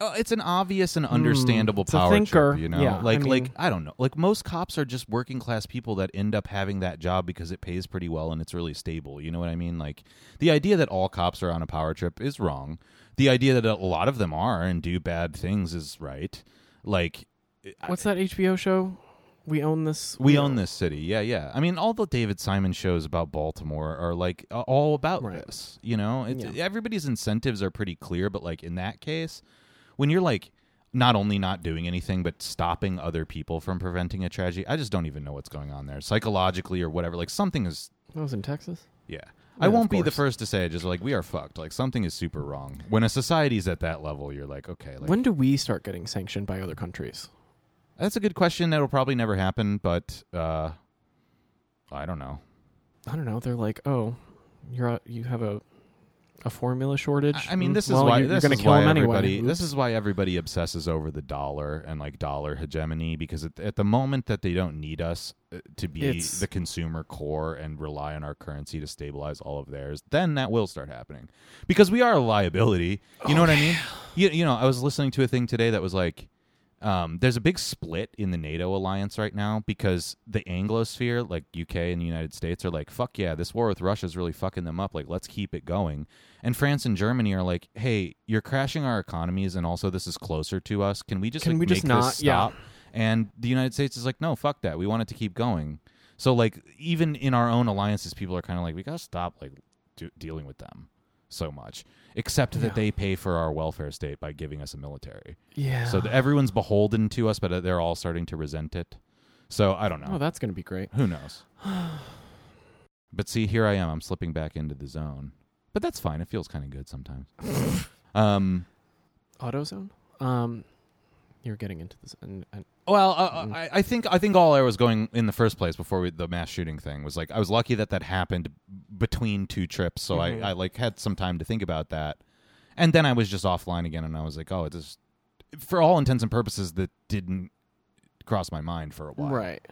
[SPEAKER 1] uh, it's an obvious and understandable
[SPEAKER 2] Hmm. it's a
[SPEAKER 1] power
[SPEAKER 2] thinker.
[SPEAKER 1] trip, you know.
[SPEAKER 2] Yeah, I
[SPEAKER 1] like like
[SPEAKER 2] mean-
[SPEAKER 1] I don't know. Like most cops are just working class people that end up having that job because it pays pretty well and it's really stable. You know what I mean? Like the idea that all cops are on a power trip is wrong. The idea that a lot of them are and do bad things is right. Like I-
[SPEAKER 2] what's that hbo show we own this
[SPEAKER 1] we own this city. Yeah, yeah. I mean, all the David Simon shows about Baltimore are like a- all about
[SPEAKER 2] Right.
[SPEAKER 1] this. You know, it's,
[SPEAKER 2] Yeah.
[SPEAKER 1] everybody's incentives are pretty clear, but like in that case, when you're like not only not doing anything but stopping other people from preventing a tragedy, I just don't even know what's going on there psychologically or whatever. Like something is.
[SPEAKER 2] that was in texas
[SPEAKER 1] Yeah.
[SPEAKER 2] Yeah,
[SPEAKER 1] I
[SPEAKER 2] of
[SPEAKER 1] won't be the
[SPEAKER 2] course.
[SPEAKER 1] first to say it, just like we are fucked. Like something is super wrong. When a society's at that level, you're like, okay, like
[SPEAKER 2] when do we start getting sanctioned by other countries
[SPEAKER 1] that's a good question. That'll probably never happen, but uh I don't know.
[SPEAKER 2] i don't know they're like oh you're a, you have a a formula shortage.
[SPEAKER 1] I I mean,
[SPEAKER 2] Mm,
[SPEAKER 1] this is
[SPEAKER 2] well,
[SPEAKER 1] why
[SPEAKER 2] you're,
[SPEAKER 1] this
[SPEAKER 2] going
[SPEAKER 1] is
[SPEAKER 2] to kill
[SPEAKER 1] why
[SPEAKER 2] him anyway.
[SPEAKER 1] everybody- This is why everybody obsesses over the dollar and like dollar hegemony because at, at the moment that they don't need us uh, to be
[SPEAKER 2] It's-
[SPEAKER 1] the consumer core and rely on our currency to stabilize all of theirs, then that will start happening because we are a liability. You know what I mean? You you know, I was listening to a thing today that was like. Um, there's a big split in the NATO alliance right now because the Anglosphere, like UK and the United States, are like, fuck yeah, this war with Russia is really fucking them up. Like, let's keep it going. And France and Germany are like, hey, you're crashing our economies, and also this is closer to us. Can we just
[SPEAKER 2] Can
[SPEAKER 1] like,
[SPEAKER 2] we just
[SPEAKER 1] make
[SPEAKER 2] not-
[SPEAKER 1] this
[SPEAKER 2] yeah.
[SPEAKER 1] stop? And the United States is like, no, fuck that. We want it to keep going. So like, even in our own alliances, people are kind of like, we gotta stop like do- dealing with them so much. Except that
[SPEAKER 2] Yeah.
[SPEAKER 1] they pay for our welfare state by giving us a military.
[SPEAKER 2] yeah.
[SPEAKER 1] So that everyone's beholden to us, but uh, they're all starting to resent it. So I don't know.
[SPEAKER 2] oh, that's going to be great.
[SPEAKER 1] Who knows? but see, here I am. I'm slipping back into the zone. But that's fine. It feels kind of good sometimes. um.
[SPEAKER 2] AutoZone. Um, you're getting into this, and, and
[SPEAKER 1] Well, uh, I, I think I think all I was going in the first place before we, the mass shooting thing was like I was lucky that that happened between two trips, so
[SPEAKER 2] Mhm.
[SPEAKER 1] I, I like had some time to think about that, and then I was just offline again, and I was like, oh, it just for all intents and purposes that didn't cross my mind for a while,
[SPEAKER 2] right.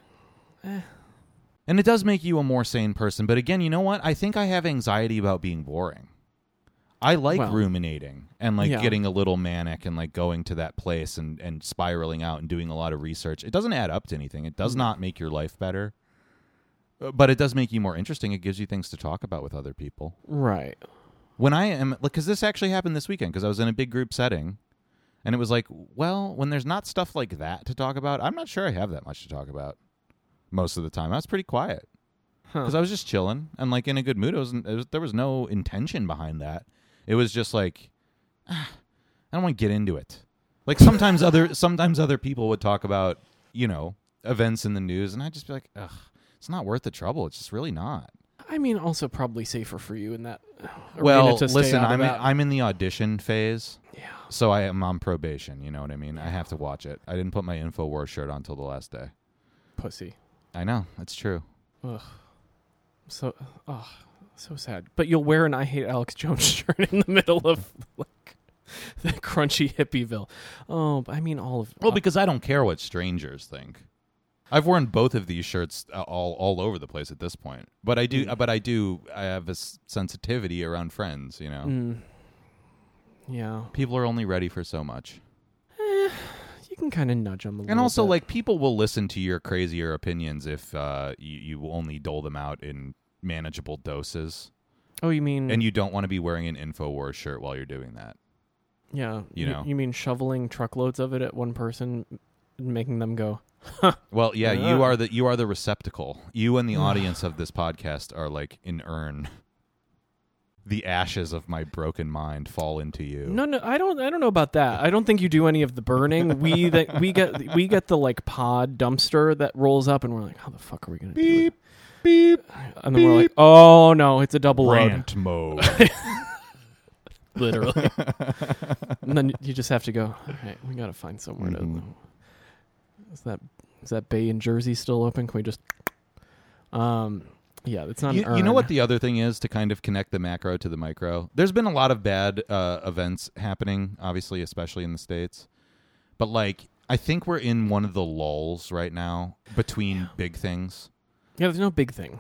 [SPEAKER 1] And it does make you a more sane person. But again, you know what? I think I have anxiety about being boring. I like
[SPEAKER 2] Well,
[SPEAKER 1] ruminating and like
[SPEAKER 2] yeah.
[SPEAKER 1] getting a little manic and like going to that place and, and spiraling out and doing a lot of research. It doesn't add up to anything. It
[SPEAKER 2] Mm-hmm.
[SPEAKER 1] does not make your life better, Uh, but it does make you more interesting. It gives you things to talk about with other people
[SPEAKER 2] Right.
[SPEAKER 1] when I am because this actually happened this weekend because I was in a big group setting, and it was like, well, when there's not stuff like that to talk about, I'm not sure I have that much to talk about. Most of the time, I was pretty quiet
[SPEAKER 2] Huh.
[SPEAKER 1] because I was just chilling and like in a good mood. I was, it was there was no intention behind that. It was just like, ah, I don't want to get into it. Like sometimes other sometimes other people would talk about you know events in the news, and I'd just be like, ugh, it's not worth the trouble. It's just really not.
[SPEAKER 2] I mean, also probably safer for you in that. uh, arena
[SPEAKER 1] Well,
[SPEAKER 2] to stay
[SPEAKER 1] listen,
[SPEAKER 2] out of
[SPEAKER 1] I'm in,
[SPEAKER 2] that.
[SPEAKER 1] I'm in the audition phase,
[SPEAKER 2] yeah.
[SPEAKER 1] so I am on probation. You know what I mean? I have to watch it. I didn't put my Infowars shirt on till the last day.
[SPEAKER 2] pussy.
[SPEAKER 1] I know it's true.
[SPEAKER 2] So, oh, so sad. But you'll wear an "I Hate Alex Jones" shirt in the middle of like the crunchy hippieville. Oh, but I mean all of.
[SPEAKER 1] Well, because I don't care what strangers think. I've worn both of these shirts uh, all all over the place at this point, but I do.
[SPEAKER 2] Mm.
[SPEAKER 1] But I do. I have a s- sensitivity around friends. You know,
[SPEAKER 2] Mm. yeah,
[SPEAKER 1] people are only ready for so much.
[SPEAKER 2] you can kind of nudge them. A
[SPEAKER 1] And
[SPEAKER 2] little
[SPEAKER 1] also,
[SPEAKER 2] bit.
[SPEAKER 1] like people will listen to your crazier opinions if uh, you, you only dole them out in manageable doses.
[SPEAKER 2] oh, you mean
[SPEAKER 1] and you don't want to be wearing an InfoWars shirt while you're doing that.
[SPEAKER 2] yeah,
[SPEAKER 1] you know.
[SPEAKER 2] you mean shoveling truckloads of it at one person, and making them go.
[SPEAKER 1] Well, yeah,
[SPEAKER 2] Yeah.
[SPEAKER 1] you are the you are the receptacle. You and the audience of this podcast are like an urn. The ashes of my broken mind fall into you.
[SPEAKER 2] No, no, I don't. I don't know about that. I don't think you do any of the burning. We that we get we get the like pod dumpster that rolls up, and we're like, how the fuck are we gonna
[SPEAKER 1] Beep, beep,
[SPEAKER 2] do it? And then we're like, oh no, it's a double load.
[SPEAKER 1] rant mode.
[SPEAKER 2] literally. and then you just have to go. All right, we gotta find somewhere
[SPEAKER 1] Mhm.
[SPEAKER 2] to. Is that is that bay in Jersey still open? Can we just? Um, yeah, it's not.
[SPEAKER 1] you,
[SPEAKER 2] an
[SPEAKER 1] you know
[SPEAKER 2] urn.
[SPEAKER 1] what the other thing is to kind of connect the macro to the micro there's been a lot of bad uh, events happening obviously especially in the states but like i think we're in one of the lulls right now between big things
[SPEAKER 2] Yeah, there's no big thing.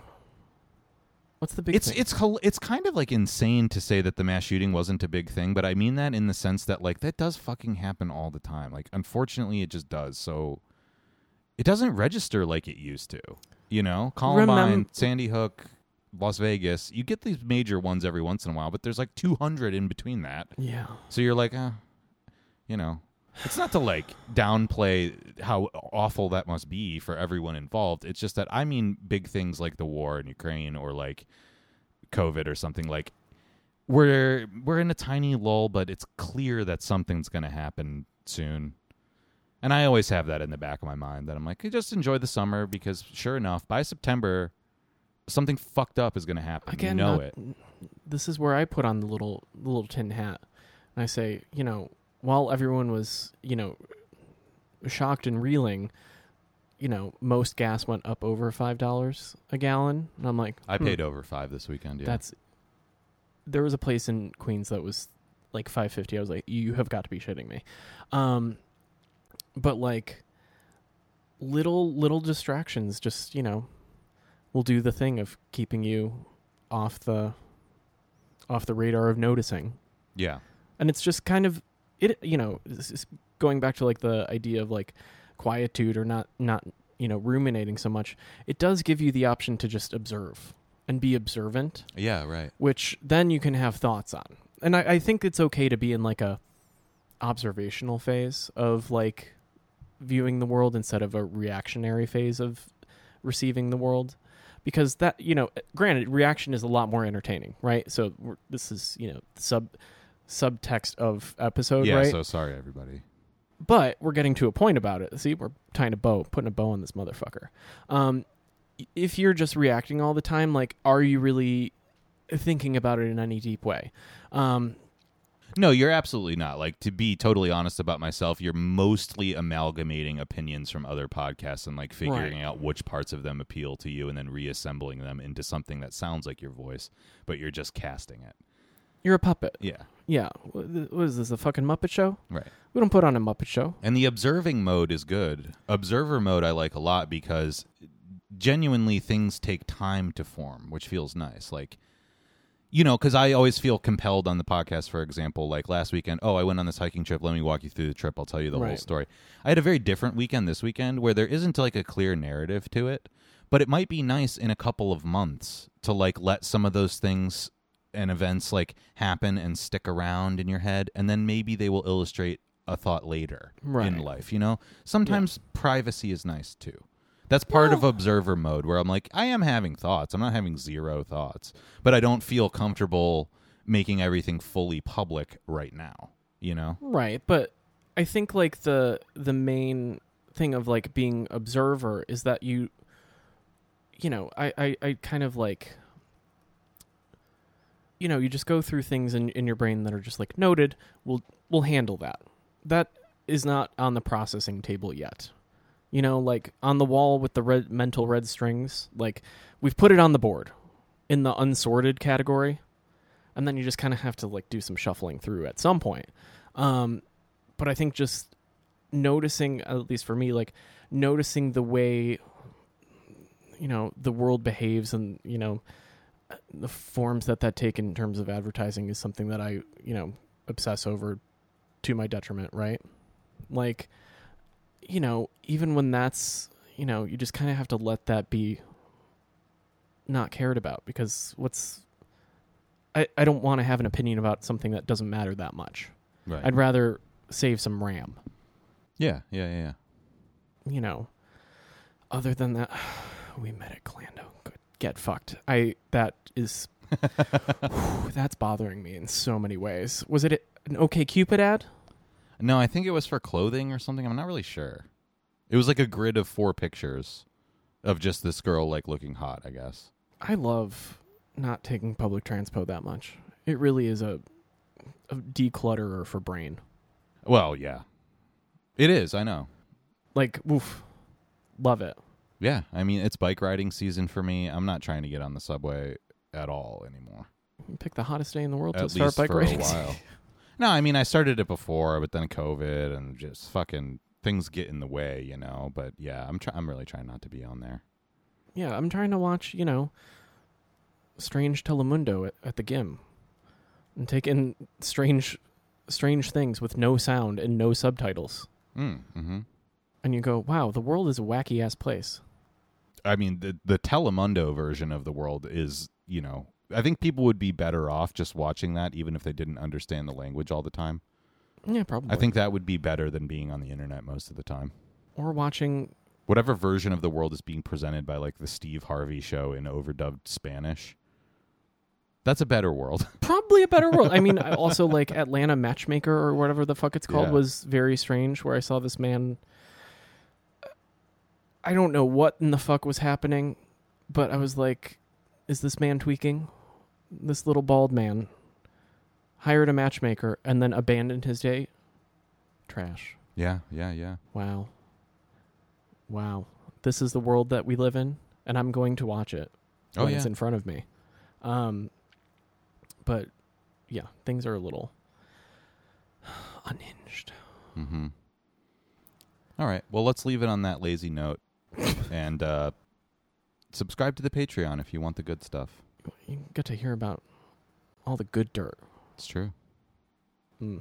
[SPEAKER 2] What's the big?
[SPEAKER 1] it's
[SPEAKER 2] thing?
[SPEAKER 1] it's hol- it's kind of like insane to say that the mass shooting wasn't a big thing, but I mean that in the sense that like that does fucking happen all the time. Like unfortunately, it just does. So it doesn't register like it used to. You know, Columbine,
[SPEAKER 2] Remem-
[SPEAKER 1] Sandy Hook, Las Vegas. You get these major ones every once in a while, but there's like 200 in between that.
[SPEAKER 2] yeah.
[SPEAKER 1] So you're like, uh, you know, it's not to like downplay how awful that must be for everyone involved. It's just that I mean big things like the war in Ukraine or like COVID or something like we're we're in a tiny lull, but it's clear that something's going to happen soon. And I always have that in the back of my mind that I'm like, just enjoy the summer because sure enough, by September something fucked up is going to happen.
[SPEAKER 2] Again,
[SPEAKER 1] you know
[SPEAKER 2] not-
[SPEAKER 1] it.
[SPEAKER 2] This is where I put on the little the little tin hat, and I say, you know, while everyone was, you know, shocked and reeling, you know, most gas went up over five dollars a gallon, and I'm like,
[SPEAKER 1] I
[SPEAKER 2] hmm.
[SPEAKER 1] paid over 5 this weekend, yeah.
[SPEAKER 2] That's there was a place in Queens that was like 550. I was like, you have got to be shitting me. Um, but like little little distractions, just you know, will do the thing of keeping you off the off the radar of noticing
[SPEAKER 1] Yeah.
[SPEAKER 2] and it's just kind of it you know this is going back to like the idea of like quietude or not not you know ruminating so much it does give you the option to just observe and be observant
[SPEAKER 1] Yeah. Right.
[SPEAKER 2] which then you can have thoughts on and i, I think it's okay to be in like a observational phase of like viewing the world instead of a reactionary phase of receiving the world because that you know granted reaction is a lot more entertaining right so we're, this is you know sub subtext of episode
[SPEAKER 1] yeah.
[SPEAKER 2] right
[SPEAKER 1] So sorry, everybody.
[SPEAKER 2] but we're getting to a point about it. See, we're tying a bow, putting a bow on this motherfucker. Um, if you're just reacting all the time, like, are you really thinking about it in any deep way? Um,
[SPEAKER 1] No, you're absolutely not. Like to be totally honest about myself, you're mostly amalgamating opinions from other podcasts and like figuring
[SPEAKER 2] Right.
[SPEAKER 1] out which parts of them appeal to you and then reassembling them into something that sounds like your voice, but you're just casting it.
[SPEAKER 2] you're a puppet.
[SPEAKER 1] Yeah.
[SPEAKER 2] Yeah. Wh- What is this? A fucking Muppet Show?
[SPEAKER 1] Right.
[SPEAKER 2] We don't put on a Muppet Show.
[SPEAKER 1] And the observing mode is good. Observer mode I like a lot because genuinely things take time to form, which feels nice. Like, you know, because I always feel compelled on the podcast, for example, like last weekend, oh, I went on this hiking trip. Let me walk you through the trip. I'll tell you the whole
[SPEAKER 2] Right.
[SPEAKER 1] story. I had a very different weekend this weekend where there isn't like a clear narrative to it, but it might be nice in a couple of months to like let some of those things and events like happen and stick around in your head and then maybe they will illustrate a thought later in
[SPEAKER 2] Right.
[SPEAKER 1] life you know sometimes privacy is nice too that's part of observer mode where i'm like i am having thoughts i'm not having zero thoughts but i don't feel comfortable making everything fully public right now you know
[SPEAKER 2] Right, but I think like the the main thing of like being observer is that you you know, I I, I kind of like you know, you just go through things in, in your brain that are just like noted, we'll we'll handle that. That is not on the processing table yet. You know, like on the wall with the red mental red strings, like we've put it on the board in the unsorted category. And then you just kind of have to like do some shuffling through at some point. Um, but I think just noticing, at least for me, like noticing the way you know the world behaves and you know the forms that that take in terms of advertising is something that I you know obsess over to my detriment, right? Like, you know, even when that's you know you just kind of have to let that be not cared about because what's I, I don't want to have an opinion about something that doesn't matter that much.
[SPEAKER 1] right
[SPEAKER 2] I'd rather save some RAM,
[SPEAKER 1] yeah yeah yeah yeah
[SPEAKER 2] you know. Other than that, we met at Glando. Good. Get fucked. I that is Whew, that's bothering me in so many ways. Was it an OK Cupid ad?
[SPEAKER 1] no i think it was for clothing or something i'm not really sure it was like a grid of four pictures of just this girl like looking hot i guess
[SPEAKER 2] I love not taking public transport that much. It really is a, a declutterer for brain.
[SPEAKER 1] well yeah it is i know
[SPEAKER 2] Like, woof, love it.
[SPEAKER 1] Yeah, I mean it's bike riding season for me. I'm not trying to get on the subway at all anymore.
[SPEAKER 2] You pick the hottest day in the world
[SPEAKER 1] at
[SPEAKER 2] to start
[SPEAKER 1] least
[SPEAKER 2] bike
[SPEAKER 1] for
[SPEAKER 2] riding.
[SPEAKER 1] a while. no, I mean I started it before, but then COVID and just fucking things get in the way, you know. But yeah, I'm try- I'm really trying not to be on there.
[SPEAKER 2] Yeah, I'm trying to watch, you know, Strange Telemundo at, at the gym and take in strange strange things with no sound and no subtitles.
[SPEAKER 1] Mm, hmm
[SPEAKER 2] And you go, "Wow, the world is a wacky ass place."
[SPEAKER 1] I mean the the Telemundo version of the world is you know I think people would be better off just watching that even if they didn't understand the language all the time.
[SPEAKER 2] Yeah, probably.
[SPEAKER 1] I think that would be better than being on the internet most of the time.
[SPEAKER 2] or watching
[SPEAKER 1] whatever version of the world is being presented by like the Steve Harvey show in overdubbed Spanish. That's a better world.
[SPEAKER 2] probably a better world. I mean, I also like Atlanta Matchmaker or whatever the fuck it's called
[SPEAKER 1] Yeah.
[SPEAKER 2] was very strange. Where I saw this man, uh, I don't know what in the fuck was happening, but I was like, "Is this man tweaking?" This little bald man hired a matchmaker and then abandoned his date. Trash.
[SPEAKER 1] Yeah, yeah, yeah.
[SPEAKER 2] Wow. Wow. This is the world that we live in, and I'm going to watch it
[SPEAKER 1] Oh
[SPEAKER 2] when it's
[SPEAKER 1] yeah.
[SPEAKER 2] in front of me. Um, but yeah, things are a little unhinged.
[SPEAKER 1] Mm-hmm. All right. Well, let's leave it on that lazy note, and uh, subscribe to the Patreon if you want the good stuff.
[SPEAKER 2] You get to hear about all the good dirt.
[SPEAKER 1] It's true.
[SPEAKER 2] Mm.